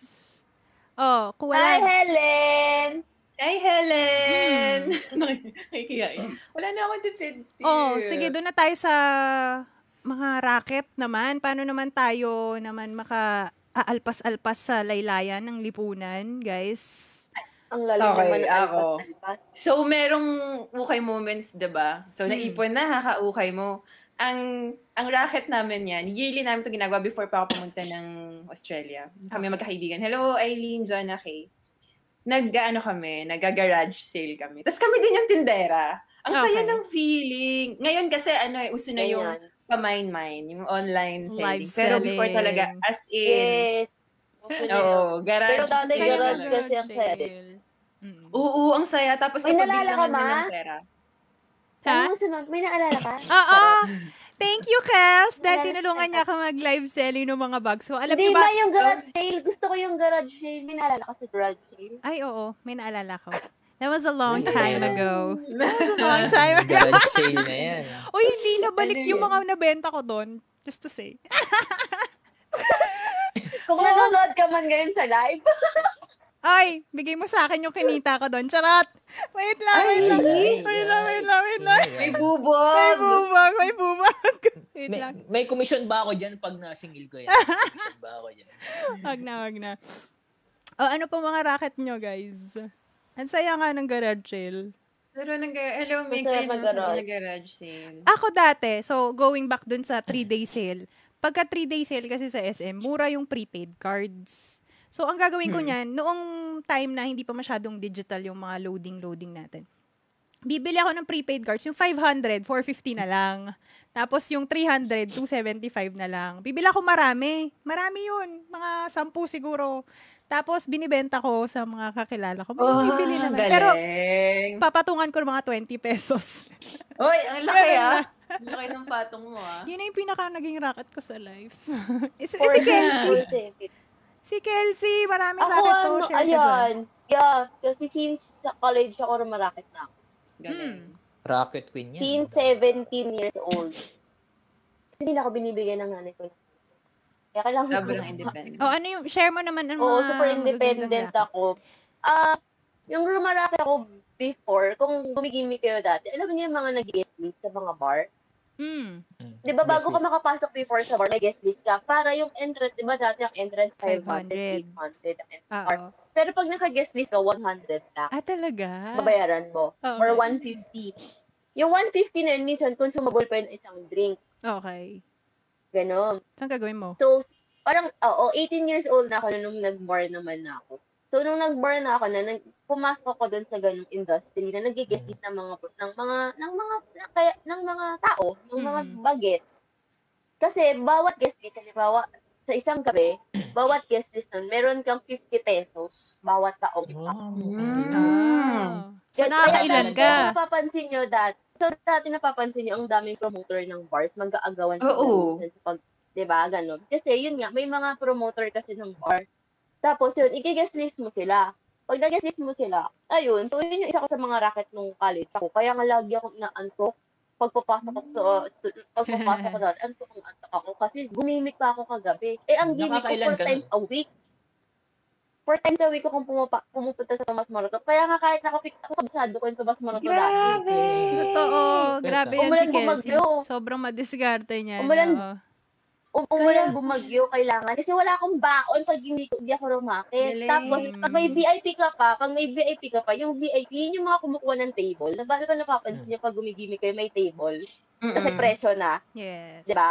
Oh, kung wala. Hi, Helen! Ay, Helen! Nakikiyain. Hmm. Wala na akong definitive. Oh, sige, doon na tayo sa mga racket naman. Paano naman tayo naman maka aalpas-alpas sa laylayan ng lipunan, guys? Ang lalo Okay, naman ng ako. alpas-alpas. So, merong ukay moments, 'di ba? Hmm. So, naipon na, haka-ukay mo. Ang ang racket namin yan, yearly namin ito ginagawa before pa ako pumunta ng Australia. Kami magkakaibigan. Hello, Eileen, Jonna, Kay. Nag-ano kami, nag-garage sale kami. Tapos kami din yung tindera. Ang saya Okay. ng feeling. Ngayon kasi ano eh, uso na yung Ganyan. pamain-main, yung online selling. Live Pero before selling. talaga, as in, Yes. Okay na yun. oo, garage Pero dati sale. Saya garage ng kasi ang saya sale. Mm. Oo, ang saya. Tapos Uy, kapag nalala ka bilangan mo ba? ng pera. Ha? Ano, si ma'am? May naalala ka? Oo! Thank you, Kels! Dahil Wala na tinulungan niya ako mag-live selling ng mga bags. So, alam Hindi niyo ba ba? yung garage sale? Gusto ko yung garage sale. May naalala ka sa garage sale? Ay, oo. May naalala ko. That was a long May time naalala. ago. That was a long time ago. Garage sale na yan. ah. Uy, hindi nabalik Ano yung yun? mga nabenta ko doon. Just to say. Kung Oh. nanonood ka man ngayon sa live, Ay, bigay mo sa akin yung kinita ko doon. Charot! Wait lang, wait lang. Wait lang, wait lang, wait lang. May May bubog! bubag, may bubag. Wait May, lang. may commission ba ako dyan pag nasingil ko yan? May commission ba ako dyan? Wag na, wag na. O, ano pa mga racket nyo, guys? Ang saya nga ng garage sale. Pero nag hello, Mix. Masaya Ayun naman mag-garage. sa garage sale. Ako dati, so going back dun sa 3-day sale, pagka 3-day sale kasi sa SM, mura yung prepaid cards. So, ang gagawin ko niyan, noong time na hindi pa masyadong digital yung mga loading-loading natin, bibili ako ng prepaid cards, yung 500, 450 na lang. Tapos yung 300, 275 na lang. Bibili ako marami. Marami yun. Mga sampu siguro. Tapos binibenta ko sa mga kakilala ko. May Ah, bibili naman. Pero galing. papatungan ko ng mga 20 pesos. Oy, ang laki Meron ah. Ang laki ng patong mo ah. Yun na yung pinaka naging racket ko sa life. Is, Or- si Kelsey. full service. Si Kelsey, maraming Ako, racket to. ano, Share ka dyan. ayan. Yeah, kasi since sa college ako rumarakit na ako. Galing. Rocket Queen yan. Since 17 years old. Kasi hindi na ako binibigyan ng nanay ko. Kaya kailangan ko Sobrang na- independent. O ano yung, share mo naman ang mga... Oo, super independent magagandang ako. Ah, yung rumarami ako before, kung gumigimik kayo dati, alam niyo yung mga nag-guest list sa mga bar? yakap. Mm. Mm. Di ba bago Yes, ka yes. makapasok before sa bar, may guest list ka. Para yung entrance, di ba dati ang entrance 500. 500, 800 ang entrance Ah, bar. oo. Pero pag naka-guest list ka, 100 na. Ah, talaga? Oh, Babayaran mo. Oo. Or 150. Yung 150 na yun, minsan consumable pa yun isang drink. Okay. Ganon. So, ang gagawin mo? So, parang, oo, 18 years old na ako nung nag-bar naman na ako. So, nung nag-bar na ako na, nag- pumasok ako doon sa ganung industry na nagigisis ng mga, ng mga, ng mga, ng, kaya, ng mga tao, ng mga Mm. bagets. Kasi, bawat guest list, halimbawa, sa isang gabi, bawat guest list nun, meron kang 50 pesos bawat taong isa. Hmm. Mm. Ah. So, Kaya- nakakailan ka? kaya dati napapansin nyo that, so dati napapansin nyo, ang daming promoter ng bars, mag-aagawan sila Oo. minsan sa pag, di ba, ganun. Kasi yun nga, may mga promoter kasi ng bar. Tapos yun, i-guest list mo sila. Pag nag-guest list mo sila, ayun, so yun yung isa ko sa mga racket nung college ako. Kaya nga lagi akong inaantok pagpapasok ako sa, stu- pagpapasok ko doon, antok ang antok ako kasi gumimik pa ako kagabi. Eh, ang gimmick ko Nakakailan four ka times a week. Four times a week akong pumupa, pumupunta sa Tomas Moroto. Kaya nga kahit nakapik ako, kabisado ko yung Tomas Moroto dati. Grabe! Totoo. Grabe yan si Umulan Kelsey. bumagyo. Sobrang madiskarte niya. Umulan. oo. Um, umulan, bumagyo, kailangan. Kasi wala akong baon pag hindi, ko- hindi ako rumakit. Galing. Tapos, pag may VIP ka pa, pag may VIP ka pa, yung VIP, yun yung mga kumukuha ng table. Na bago ka napapansin nyo pag gumigimik kayo, may table. Kasi Mm-mm. presyo na. Yes. Di ba?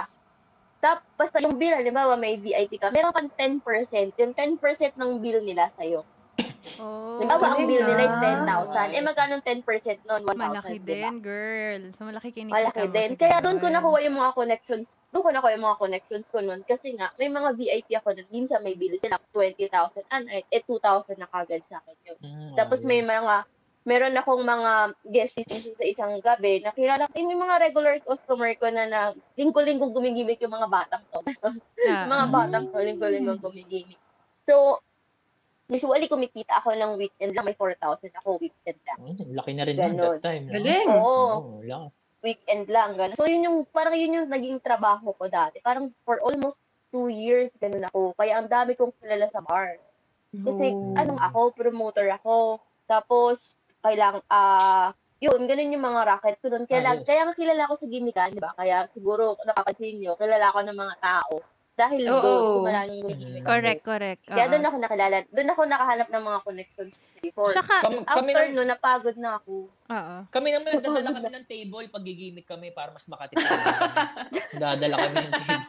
Tapos, basta yung bill, halimbawa may VIP ka, meron kang 10%. Yung 10% ng bill nila sa'yo. Oh. Halimbawa, ang galing bill nila is ah. 10,000. Eh, magkano ang 10% nun? diba? 1,000, Malaki di ba? din, girl. So, malaki kinikita Malaki mo din. sa Kaya doon ko ganun. nakuha yung mga connections. Doon ko nakuha yung mga connections ko noon. Kasi nga, may mga VIP ako na minsan may bilis sila 20,000. Ano, eh, 2,000 na kagad sa akin yun. Oh, Mm, Tapos may ayos. mga, meron akong mga guest listings sa isang gabi na kilala ko, yung mga regular customer ko na na linggo-linggo gumigimik yung mga batang to. Ah, mga ah. batang to, linggo-linggo gumigimik. So, usually kumikita ako ng weekend lang, may 4,000 ako weekend lang. Mm, laki na rin nun Ganon. that time. no? Galing. Oo Oo, laki. weekend lang. Ganun. So, yun yung, parang yun yung naging trabaho ko dati. Parang for almost two years, ganun ako. Kaya ang dami kong kilala sa bar. Kasi, Oh. anong Mm. ako, promoter ako. Tapos, kailang, ah, yun, ganun yung mga racket ko nun. Kaya, Ah, yes. kaya nga kilala ko sa gimikan, di ba? Kaya siguro, napapansin nyo, kilala ko ng mga tao. Dahil Oo. doon, sumala yung gimmikan. Mm. Correct, correct. Ah. Kaya oo. doon ako nakilala, doon ako nakahanap ng mga connections before. Tsaka, Kami, kami, After naman- nun, napagod na ako. oo. kami naman nagdadala kami ng table pag gigimik kami para mas makatipid. Dadala kami ng table.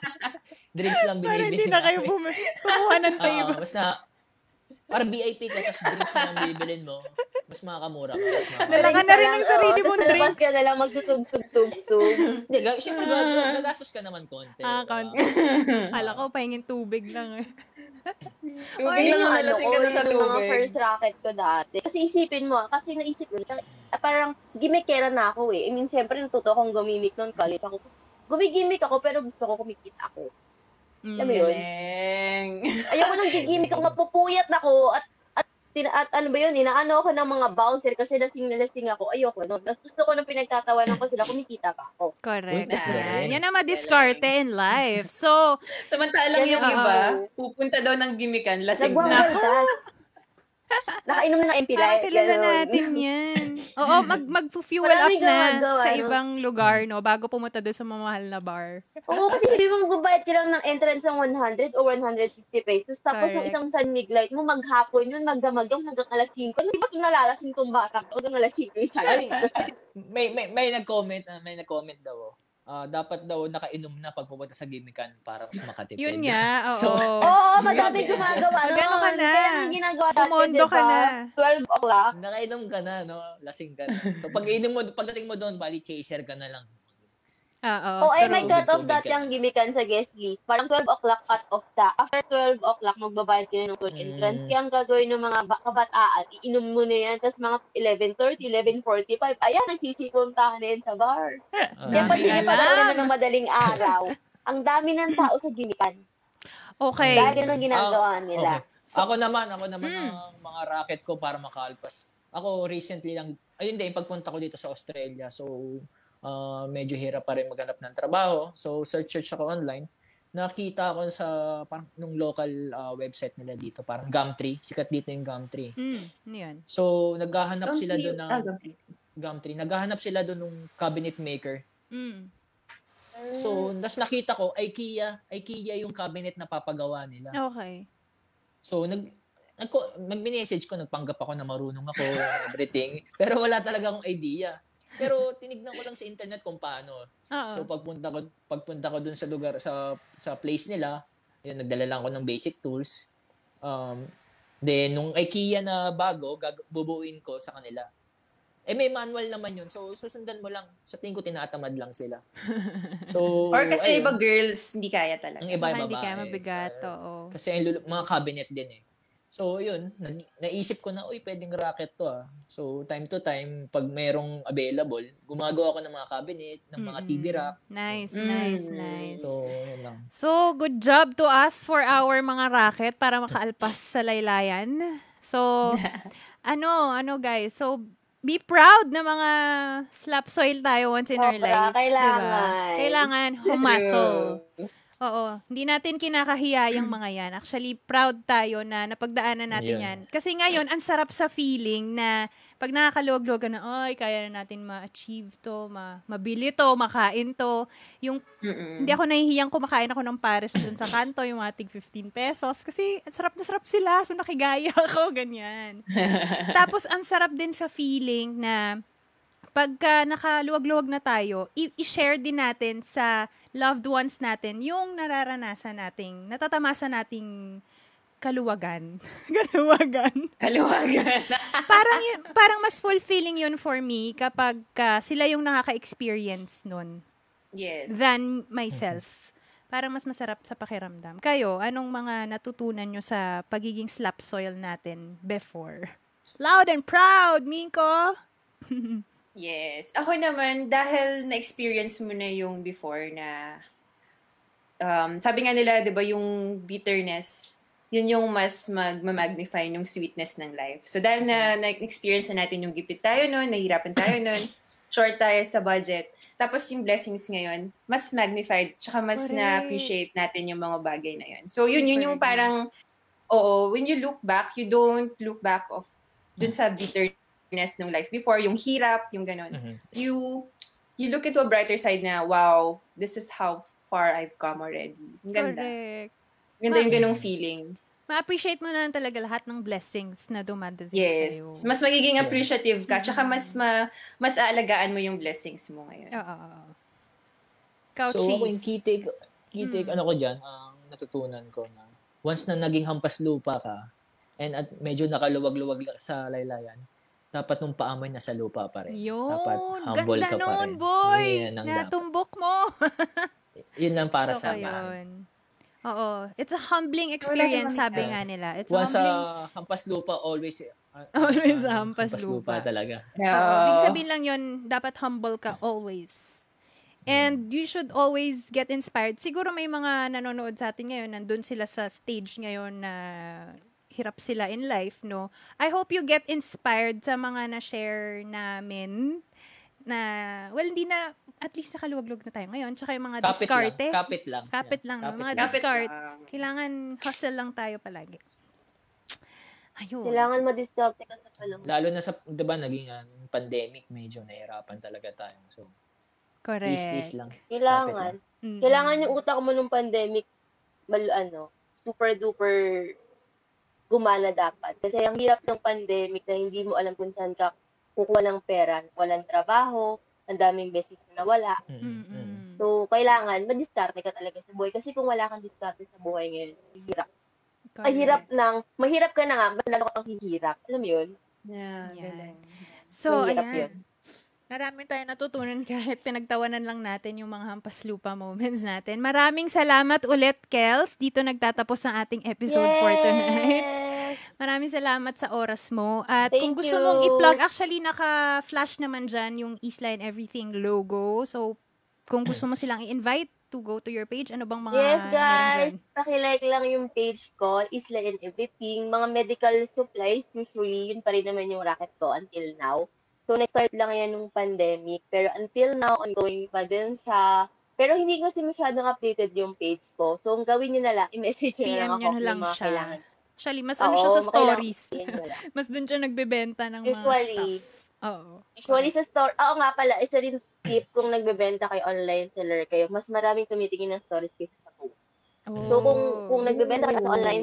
Drinks lang Para binibili. hindi na kayo namin. bumi- kumuha ng Oo, table. basta, para VIP ka, tapos drinks lang ang bibilin mo. Mas makakamura ka. Mas Dala makakamura. ka na rin ng sarili mong drinks. Tapos drinks. ka na lang magtutug-tug-tug-tug. Hindi, ga- siyempre, ga- ga- gagastos ka naman konti. Ah, diba? konti. Kala ko, pahingin tubig lang eh. Tubig Ayun lang yung ang ano nalasing ko, ka na sa eh. yun yung mga tubig. first racket ko dati. Kasi isipin mo, kasi naisip ko, ah, parang gimmickera na ako eh. I mean, syempre, natuto akong gumimik noon college ako. Gumigimik ako, pero gusto ko kumikita ako. Mm. Alam mo yun? Galing. Ayoko nang gigimik ako, mapupuyat ako, at at, tina, at ano ba yun, inaano ako ng mga bouncer kasi lasing na lasing ako. Ayoko noon. Tapos gusto ko nang pinagtatawanan ko sila, kumikita pa ako. Correct. Yan. Uy, galing. Yan ang madiskarte in life. So, Samantalang yung Galing. iba, pupunta daw ng gimikan, lasing na. Nagwawaldas. Nakainom na ng empilay. parang kilala ganun. natin yan. Oo, mag, mag-fuel up Maraming na gumagawa, sa no? ibang lugar, no? Bago pumunta doon sa mamahal na bar. Oo, kasi sabi mo magbabayad ka lang ng entrance ng 100 o 150 pesos. Tapos Correct. yung isang San Miglite mo, maghapon yun, magdamagang hanggang alas 5. Ano ba kung nalalasing tong bata? ko? Hanggang alas 5 yung isa. Ay, may, may, may nag-comment, ah, may nag-comment daw. oh. Ah, dapat daw nakainom na pag pupunta sa gimikan para mas makatipid. Yun nga, oo. So, Oo, oh, madami Grabe. gumagawa. Magano ka noon. na? Kaya yung ginagawa dati, Kumondo ka diba? na. 12 o'clock. Nakainom ka na, no? Lasing ka na. So, pag inom mo, pagdating mo doon, bali chaser ka na lang. Oo. Oo, eh, true. may cut-off Tubig-tubig dati ka. ang gimikan sa guest list. Parang 12 o'clock cut-off ta. After 12 o'clock, magbabayad ka na ng full entrance. Mm. Kaya ang gagawin ng mga ba- kabataan, iinom mo na yan. Tapos mga 11.30, 11.45, ayan, nagsisipuntahan na yan sa bar. Ah, Kaya pag Dami hindi pa daw alam. na ng madaling araw, ang dami ng tao sa gimikan. Okay. Dahil yun ang ginagawa Oh, nila. okay. Diba? ako naman, ako naman Mm. ang mga racket ko para makalpas. Ako recently lang, ayun din, pagpunta ko dito sa Australia. So, ah, medyo hirap pa rin maghanap ng trabaho. So, search-search ako online. Nakita ako sa parang nung local ah, website nila dito, parang Gumtree. Sikat dito yung Gumtree. Mm, ano yun. So, naghahanap sila doon ng Ah, Gumtree. Gumtree. Naghahanap sila doon ng cabinet maker. Mm. Mm. So, nas nakita ko, IKEA. IKEA yung cabinet na papagawa nila. Okay. So, nag, nagko, nag-message ko, nagpanggap ako na marunong ako, everything. Pero wala talaga akong idea. Pero tinignan ko lang sa internet kung paano. Oo. So, pagpunta ko, pagpunta ko dun sa lugar, sa, sa place nila, yun, nagdala lang ako ng basic tools. Um, then, nung IKEA na bago, gag- bubuuin ko sa kanila. Eh, may manual naman yun. So, susundan mo lang. Sa tingin ko, tinatamad lang sila. So, Or kasi ayun. iba girls, hindi kaya talaga. Ang iba Baka hindi kaya babae. mabigat, Ah, oo. kasi yung lulu- mga cabinet din eh. So, yun. nag- naisip ko na, uy, pwedeng racket to ah. So, time to time, pag merong available, gumagawa ako ng mga cabinet, ng mga Mm-mm. TV rack. Mm. Nice, Mm. nice, nice. So, yun lang. So, good job to us for our mga racket para makaalpas sa laylayan. So, ano, ano guys, so be proud na mga slap soil tayo once in our Sobra, life. diba? kailangan. Kailangan humasol. Oo, hindi natin kinakahiya yung mga yan. Actually, proud tayo na napagdaanan natin Yun. yan. Kasi ngayon, ang sarap sa feeling na pag nakakaluwag-luwag ka na, ay, kaya na natin ma-achieve to, ma- mabili to, makain to. Yung Mm-mm. hindi ako nahihiyang kumakain ako ng Paris dun sa kanto, yung mga tig 15 pesos. Kasi ang sarap na sarap sila. So nakigaya ako, ganyan. Tapos ang sarap din sa feeling na pagka nakaluwag-luwag na tayo, i- i-share din natin sa loved ones natin yung nararanasan nating, natatamasa nating kaluwagan. kaluwagan Kaluwagan. parang yun, parang mas fulfilling yun for me kapag ah, sila yung nakaka-experience nun yes. than Mm-hmm. myself. Parang mas masarap sa pakiramdam. Kayo, anong mga natutunan nyo sa pagiging slap soil natin before? Loud and proud, Minko! Yes. Ako naman, dahil na-experience mo na yung before na, um, sabi nga nila, di ba, yung bitterness, yun yung mas mag-magnify ng sweetness ng life. So, dahil na Mm-hmm. na-experience na natin yung gipit tayo nun, nahihirapan tayo nun, short tayo sa budget, tapos yung blessings ngayon, mas magnified, tsaka mas Correct. na-appreciate natin yung mga bagay na yun. So, yun, Super yun yung agree. parang, oo, when you look back, you don't look back of dun sa bitterness ng life before, yung hirap, yung ganun Mhm. you you look into a brighter side na, wow, this is how far I've come already. Ang ganda. Correct. Ganda yung ganong feeling. Ma-appreciate mo na lang talaga lahat ng blessings na dumadating Yes. sa'yo. Mas magiging Yeah. appreciative ka. Tsaka Mhm. mas ma, mas aalagaan mo yung blessings mo ngayon. Oo, oo, oo. Couch so, ako cheese. yung key take, key take Mm. ano ko dyan, ang natutunan ko na once na naging hampas lupa ka, and at medyo nakaluwag-luwag la- sa laylayan, dapat nung paamoy na sa lupa pa rin. Yun, dapat humble ganda ka pa nun, rin. boy! Yan ang dapat. Natumbok mo! Yun lang para Gusto sa ko akin. yun. Oo. It's a humbling experience, mangyari. sabi nga nila. It's Once a humbling sa ah, hampas lupa, always uh, Always uh, hampas lupa. talaga. Oo, Ibig sabihin lang yun, dapat humble ka always. And you should always get inspired. Siguro may mga nanonood sa atin ngayon, nandun sila sa stage ngayon na hirap sila in life, no? I hope you get inspired sa mga na-share namin na, well, hindi na, at least nakaluwag-luwag na tayo ngayon. Tsaka yung mga Kapit lang. diskarte. Kapit lang. Kapit Yan, lang, no? Mga lang. dis- discard. lang. Kailangan hustle lang tayo palagi. Ayun. Kailangan madiskarte ka sa panahon. Lalo na sa, di ba, naging ah, pandemic, medyo nahirapan talaga tayo. So, Correct. east-east lang. Kailangan. Mm. Kailangan yung utak mo nung pandemic, mal, ano, super duper gumana dapat. Kasi ang hirap ng pandemic na hindi mo alam kung saan ka kukuha ng pera, walang trabaho, ang daming beses na nawala. Mm-mm. Mm-mm. So, kailangan, madiskarte ka talaga sa buhay. Kasi kung wala kang diskarte sa buhay ngayon, hirap. Ay, hirap ng, mahirap ka na nga, mas lalo kang hihirap. Alam mo yun? Yeah, Yan. galing. So, Mahirap ayan. Maraming tayo natutunan kahit pinagtawanan lang natin yung mga hampas lupa moments natin. Maraming salamat ulit, Kels. Dito nagtatapos ang ating episode for tonight. Yes! Maraming salamat sa oras mo. At kung Thank gusto you. mong i-plug, actually naka-flash naman dyan yung Isla and Everything logo. So, kung gusto mo silang i-invite to go to your page, ano bang mga Yes, meron guys. dyan? Pakilike lang yung page ko, Isla and Everything. Mga medical supplies, usually, yun pa rin naman yung racket ko until now. So, nag-start lang yan nung pandemic. Pero until now, ongoing pa din siya. Pero hindi ko kasi masyadong updated yung page ko. So, ang gawin niyo na lang, i-message niyo na PM lang nyo na ako kung lang mga siya. kailangan. Actually, mas ano Oo, siya sa mga stories. kailangan PM niyo lang. Mas dun siya nagbebenta ng mga Usually. stuff. Oo. Usually sa store, oo nga pala, isa rin tip kung nagbebenta kayo online seller kayo, mas maraming tumitingin ng stories kaysa sa post. So kung kung nagbebenta kayo sa online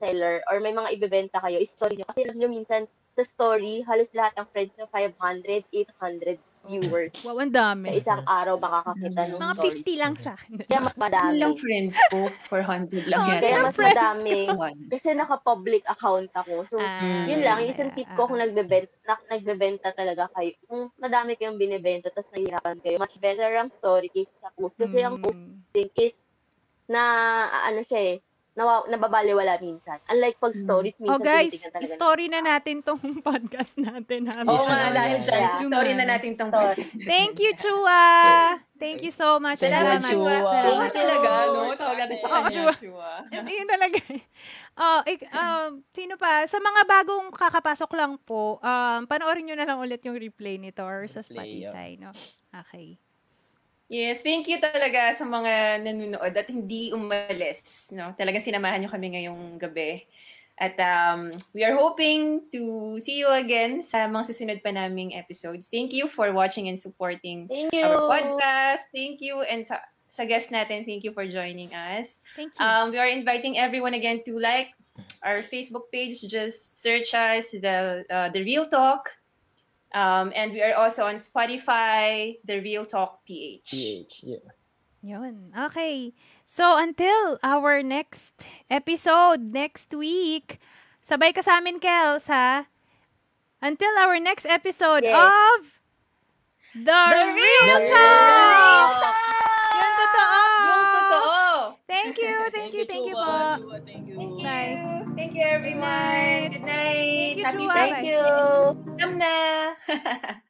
seller or may mga ibebenta kayo, story nyo. Kasi alam nyo minsan, sa story, halos lahat ng friends nyo 500, 800 viewers. Wow, ang Sa dami. isang araw makakakita ng Mga story. 50 lang sa akin. Kaya mas Ano lang madami. friends ko? 400 lang Okay. yan. Kaya mas Oh, friends. madami. One. Kasi naka-public account ako. So, Mm. Ah, yun lang, yung isang ah, tip ah, ko kung ah. nagbebenta, na, nagbebenta talaga kayo, kung madami kayong binibenta, tapos nahihirapan kayo, much better ang story kaysa sa post. Kasi ang Mm. posting is na, ano siya eh, nawa, nababaliwala minsan. Unlike pag stories, minsan Oh guys, tinitignan talaga story na natin tong podcast natin. Ha? Oo nga, dahil dyan, Yeah. story na natin tong podcast. Thank you, Chua! Thank you so much. Salamat, ah. Chua. Chua Salamat. talaga, Chua. no? Tawag natin sa Oo, kanya, Chua. Chua. Yun- Yun talaga. eh. Oh, ik, um, sino pa? Sa mga bagong kakapasok lang po, um, panoorin nyo na lang ulit yung replay nito or sa Replay, yeah. Spotify, no? Okay. Yes, thank you talaga sa mga nanonood at hindi umalis. No? Talagang sinamahan niyo kami ngayong gabi. At um, we are hoping to see you again sa mga susunod pa naming episodes. Thank you for watching and supporting Thank you! our podcast. Thank you and sa, sa guest natin, thank you for joining us. Thank you. Ah, Um, we are inviting everyone again to like our Facebook page. Just search us the uh, the Real Talk, um, and we are also on Spotify, the Real Talk PH. PH. Yeah. Yun. Okay. So, until our next episode next week, sabay ka sa amin, Kels, ha? Until our next episode Yes. of The, Real Real Talk! Talk! Yung totoo! Yung totoo. Thank you, thank you, thank you po. Thank you. Thank you. Bye. Thank you, everyone. Good night. Thank you, Happy Chua. Friday. Thank you! Alam na.